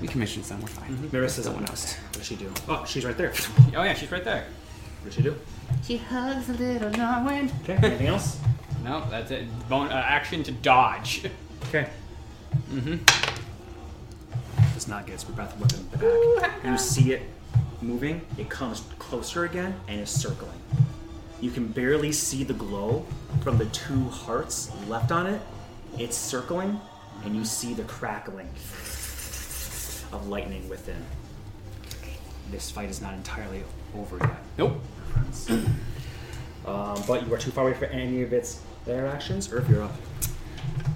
H: we commissioned some. We're fine.
B: Marissa's
H: Someone
B: up
H: else.
B: next. What does she do? Oh, she's right there. What
F: Oh yeah, she's right there.
B: does she do?
A: She hugs little Norwin.
B: Okay. Anything else?
F: No, that's it. Bone, uh, action to dodge. *laughs*
B: Okay. Mm-hmm. Does not get its breath weapon back. You see it moving. It comes closer again and is circling. You can barely see the glow from the two hearts left on it. It's circling, and you see the crackling of lightning within. This fight is not entirely over yet.
F: Nope.
B: friends. um, but you are too far away for any of its interactions, or if you're up.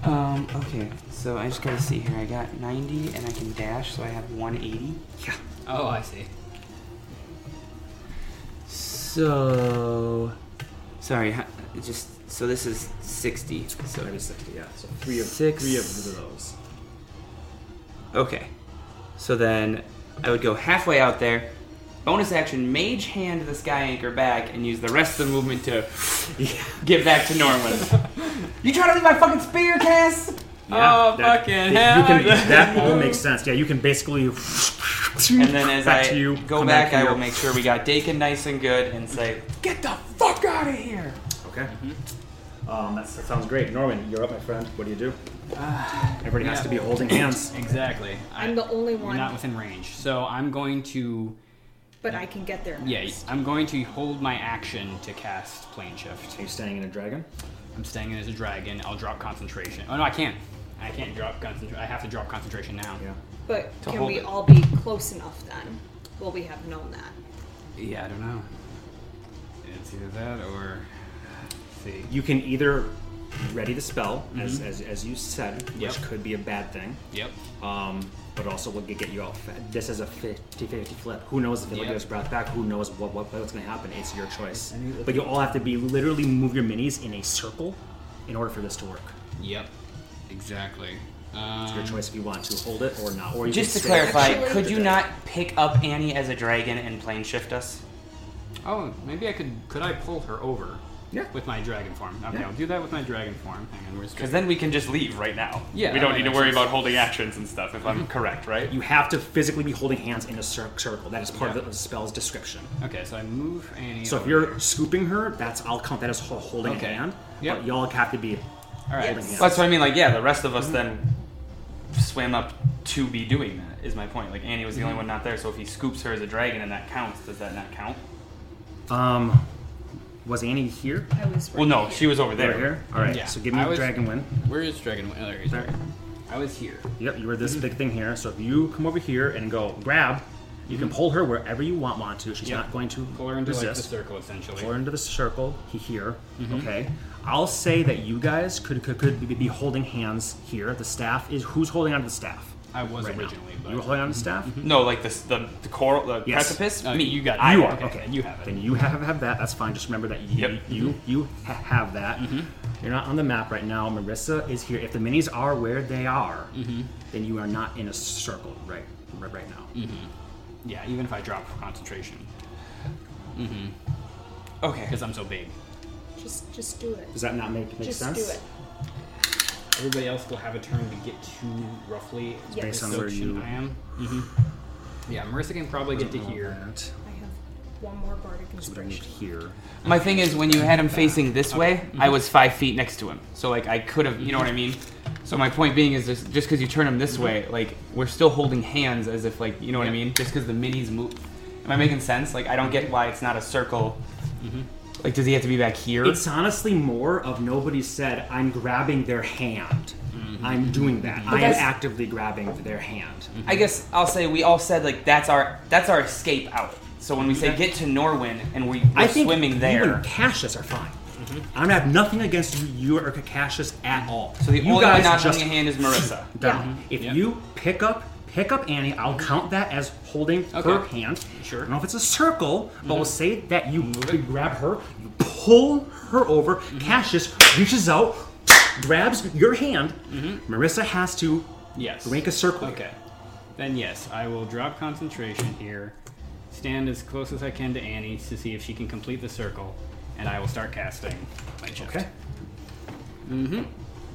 H: Um, okay, so I just gotta see here. I got 90 and I can dash, so I have 180.
B: Yeah.
F: Oh, I see.
H: So. Sorry, ha- just. So this is 60. So.
B: Maybe 60, yeah. So three of
H: Six.
B: three of those.
H: Okay. So then I would go halfway out there, bonus action, mage hand the sky anchor back, and use the rest of the movement to get back to Norman. you trying to leave my fucking spear, Cass?
F: Oh,
B: that-
F: fucking
B: it-
F: hell.
B: You can, *laughs* that all makes sense. Yeah, you can basically.
H: *laughs*
B: *laughs*
H: And then as
B: back
H: I
B: to you,
H: go
B: come
H: back,
B: to
H: I
B: you.
H: will make sure we got Dakin nice and good and say, get the fuck out of here.
B: Okay.
H: Mm-hmm.
B: Um, that's, that sounds great. Norman, you're up, my friend. What do you
H: *sighs*
B: do? Everybody has
F: yeah.
B: to be holding hands.
F: Exactly.
E: I'm the only
F: You're
E: one,
F: not within range. So I'm going to.
E: but I can get there.
F: Yeah,
E: next.
F: I'm going to hold my action to cast Plane Shift.
B: Are you standing in a dragon?
F: I'm staying in as a dragon. I'll drop concentration. Oh, no, I can't. I can't drop concentration. I have to drop concentration now.
B: Yeah.
E: But
H: To
E: can
H: hold
E: we
H: it.
E: all be close enough then? Will we have known that?
F: Yeah, I don't know. It's either that or. see.
B: You can either ready the spell, as,
H: Mm-hmm.
B: as, as you said, which
F: Yep.
B: could be a bad thing,
F: Yep.
B: um, but also will get you out. fa- This is a 50 50 flip. Who knows if it'll
F: Yep.
B: get us breath back? Who knows what, what what's going to happen? It's your choice.
F: And you-
B: But you all have to be literally move your minis in a circle in order for this to work.
F: Yep. Exactly. Um,
B: It's your choice if you want to hold it or not. Or you
H: Just to
B: can stay-
H: clarify,
E: Actually-
H: could you not pick up Annie as a dragon and plane shift us?
F: Oh, maybe I could. Could I pull her over?
B: Yeah.
F: With my dragon form. Okay,
B: Yeah.
F: I'll do that with my dragon form. Hang on, where's
H: Because then we can just leave right now.
F: Yeah,
H: We don't
F: that
H: need to
F: makes
H: worry
F: sense.
H: about holding actions and stuff, if I'm correct, right?
B: You have to physically be holding hands in a cir- circle. That is part
F: Yeah.
B: of the spell's description.
F: Okay, so I move Annie.
B: So if
F: over
B: you're
F: here.
B: scooping her, that's I'll count that as ho- holding
F: Okay.
B: a hand.
F: Yep.
B: But y'all have to be
F: All right.
B: holding hands.
H: Well, that's what I mean. Like, yeah, the rest of us then swam up to be doing that. Is my point. Like, Annie was the only one not there. So if he scoops her as a dragon and that counts, does that not count?
B: Um, was Annie here?
E: I was right
H: Well, no,
E: here.
H: she was over there.
B: Right here. All right.
F: Yeah.
B: So give me
F: I
B: the
F: was-
B: dragon win.
F: Where is Dragon? Oh, there he is.
B: There.
F: I was here.
B: Yep. You were this big thing here. So if you come over here and go grab, you can pull her wherever you want. Want to? She's
F: Mhm. Yep.
B: not going to
F: Pull her into like, the Mm-hmm.
B: resist.
F: circle, essentially.
B: Pull her into the circle. He here. Okay. I'll say that you guys could could, could be- be holding hands here. The staff is who's holding onto the staff.
F: I was
B: right now?
F: originally, but Mhm.
B: you were holding ononto the staff.
H: No, like this, the the coral, the
B: Yes.
H: precipice.
F: No,
H: Me,
F: you got it.
H: I
B: You
H: am.
B: are
F: okay,
B: okay.
F: you have it.
B: Then you have have that. That's fine. Just remember that you
H: Yep.
B: you you ha- have that.
F: Mm-hmm.
B: You're not on the map right now. Marissa is here. If the minis are where they are,
F: Mm-hmm.
B: then you are not in a circle right right, right now.
F: Mm-hmm. yeah. Even if I drop concentration, Mm-hmm.
H: Okay.
F: because I'm so big,
E: Just, just do it.
B: Does that not make, make
E: Just
B: sense?
E: do it.
F: everybody else will have a turn to get to roughly
E: Yes.
B: Based on
F: the
B: where
F: section
B: you
F: I am. Yeah, Marissa can probably get to here.
B: That.
E: I have one more bardic
B: So we moved
E: inspiration.
B: here.
H: My thing is, when you had him facing this way, I was five feet next to him. So like, I could have. You know what I mean? So my point being is just just because you turn him this way, like we're still holding hands as if like you know what I mean. Just because the minis move. Am I making sense? Like I don't get why it's not a circle. Mm-hmm. Like does he have to be back here?
B: It's honestly more of nobody said I'm grabbing their hand.
F: Mm-hmm.
B: I'm doing that. I am
H: that's-
B: actively grabbing their hand.
H: I guess I'll say we all said like that's our that's our escape out. So when we say get to Norwin and we, we're
B: I think
H: swimming
B: You
H: there, Mm-hmm.
B: and Cassius are fine. I don't have nothing against you, you or Cassius at all.
H: so the
B: you
H: only one
B: guys
H: not
B: just
H: holding a hand is
B: *laughs*
H: Marissa.
B: down. If
F: Yeah.
B: you pick up pick up Annie, I'll
H: Mm-hmm.
B: count that as holding her
F: Okay.
B: hand.
F: Sure.
B: I don't know if it's a circle, but
H: Mm-hmm.
B: we'll say that you you grab her, you pull her over.
H: Mm-hmm.
B: Cassius reaches out, grabs your hand.
H: Mm-hmm.
B: Marissa has to
F: Yes.
B: make a circle.
F: Okay. Then yes, I will drop concentration here, stand as close as I can to Annie to see if she can complete the circle, and I will start casting my shift.
B: Okay.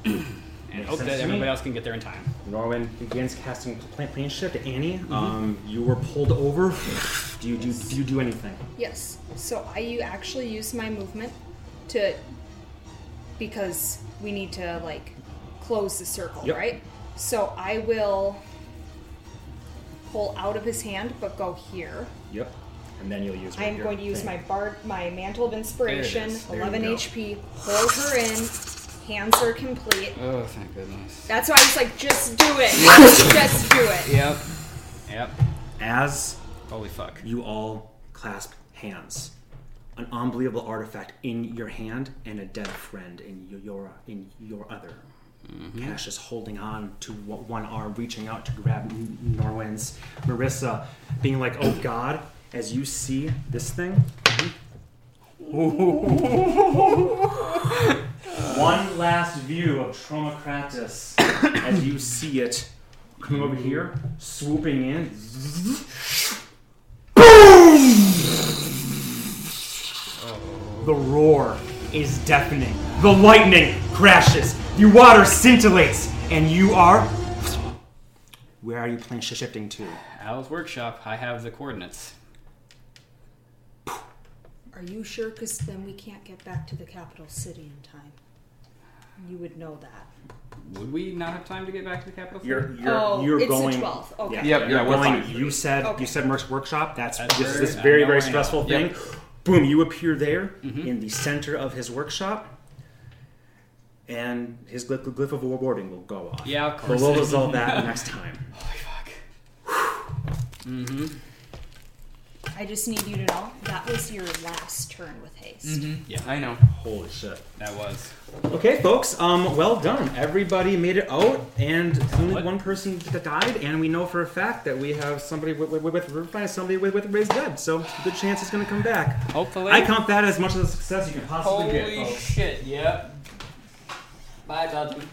F: And
B: Makes
F: hope
B: sense to
F: that
B: me.
F: everybody else can get there in time.
B: Norwin begins casting plane, plane shift. Annie, um, you were pulled over. Do you do, do you do anything?
E: Yes. So I u- actually use my movement to because we need to like close the circle,
B: Yep.
E: right? So I will pull out of his hand, but go here.
B: Yep. And then you'll use.
E: I am
B: your
E: going to use
B: thing.
E: my bard, my mantle of inspiration,
F: is. There you
E: eleven
F: go.
E: HP. Hold her in. Hands are complete.
F: Oh, thank goodness.
E: That's why I was like, just do it.
F: *laughs*
E: just do it.
F: Yep. Yep.
B: as
F: Holy fuck.
B: you all clasp hands. An unbelievable artifact in your hand and a dead friend in y- your in your other. Cash is holding on to o- one arm, reaching out to grab N- Norwin's. Marissa being like, "Oh God!" As you see this thing, one last view of Traumacratus as you see it coming over here, swooping in. Boom! The roar is deafening. The lightning crashes. The water scintillates, and you are. Where are you plan shifting to?
F: Al's workshop. I have the coordinates.
E: Are you sure? Because then we can't get back to the capital city in time. You would know that.
F: Would we not have time to get back to the capital? city?
B: You're you're
E: Oh,
B: you're
E: it's the
B: going.
E: 12th, okay.
B: Yeah,
D: Yep,
B: you're
D: yeah, we're
B: going.
D: fine.
B: You said
E: Okay.
B: you said Merck's workshop. That's,
F: That's
B: this is
F: where-
B: this
F: I
B: very very
F: know where I am.
B: stressful thing.
F: Yep. Mm-hmm.
B: Boom! You appear there in the center of his workshop, and his glyph, glyph of warboarding will go off.
F: Yeah, of
B: but
F: course.
B: we'll resolve
F: *laughs*
B: that next time.
F: Holy fuck.
E: I just need you to know that was your last turn with haste.
H: I know.
B: Holy shit!
F: That was.
B: Okay, folks. Um, well done. Everybody made it out, and only
F: What?
B: one person d- died. And we know for a fact that we have somebody with with, with, with somebody with, with raised dead. So good chance it's going to come back.
H: Oh,
F: Hopefully.
B: I count that as much of a success you can possibly get.
F: Holy
B: folks.
F: shit! Yep. Bye, Dudley.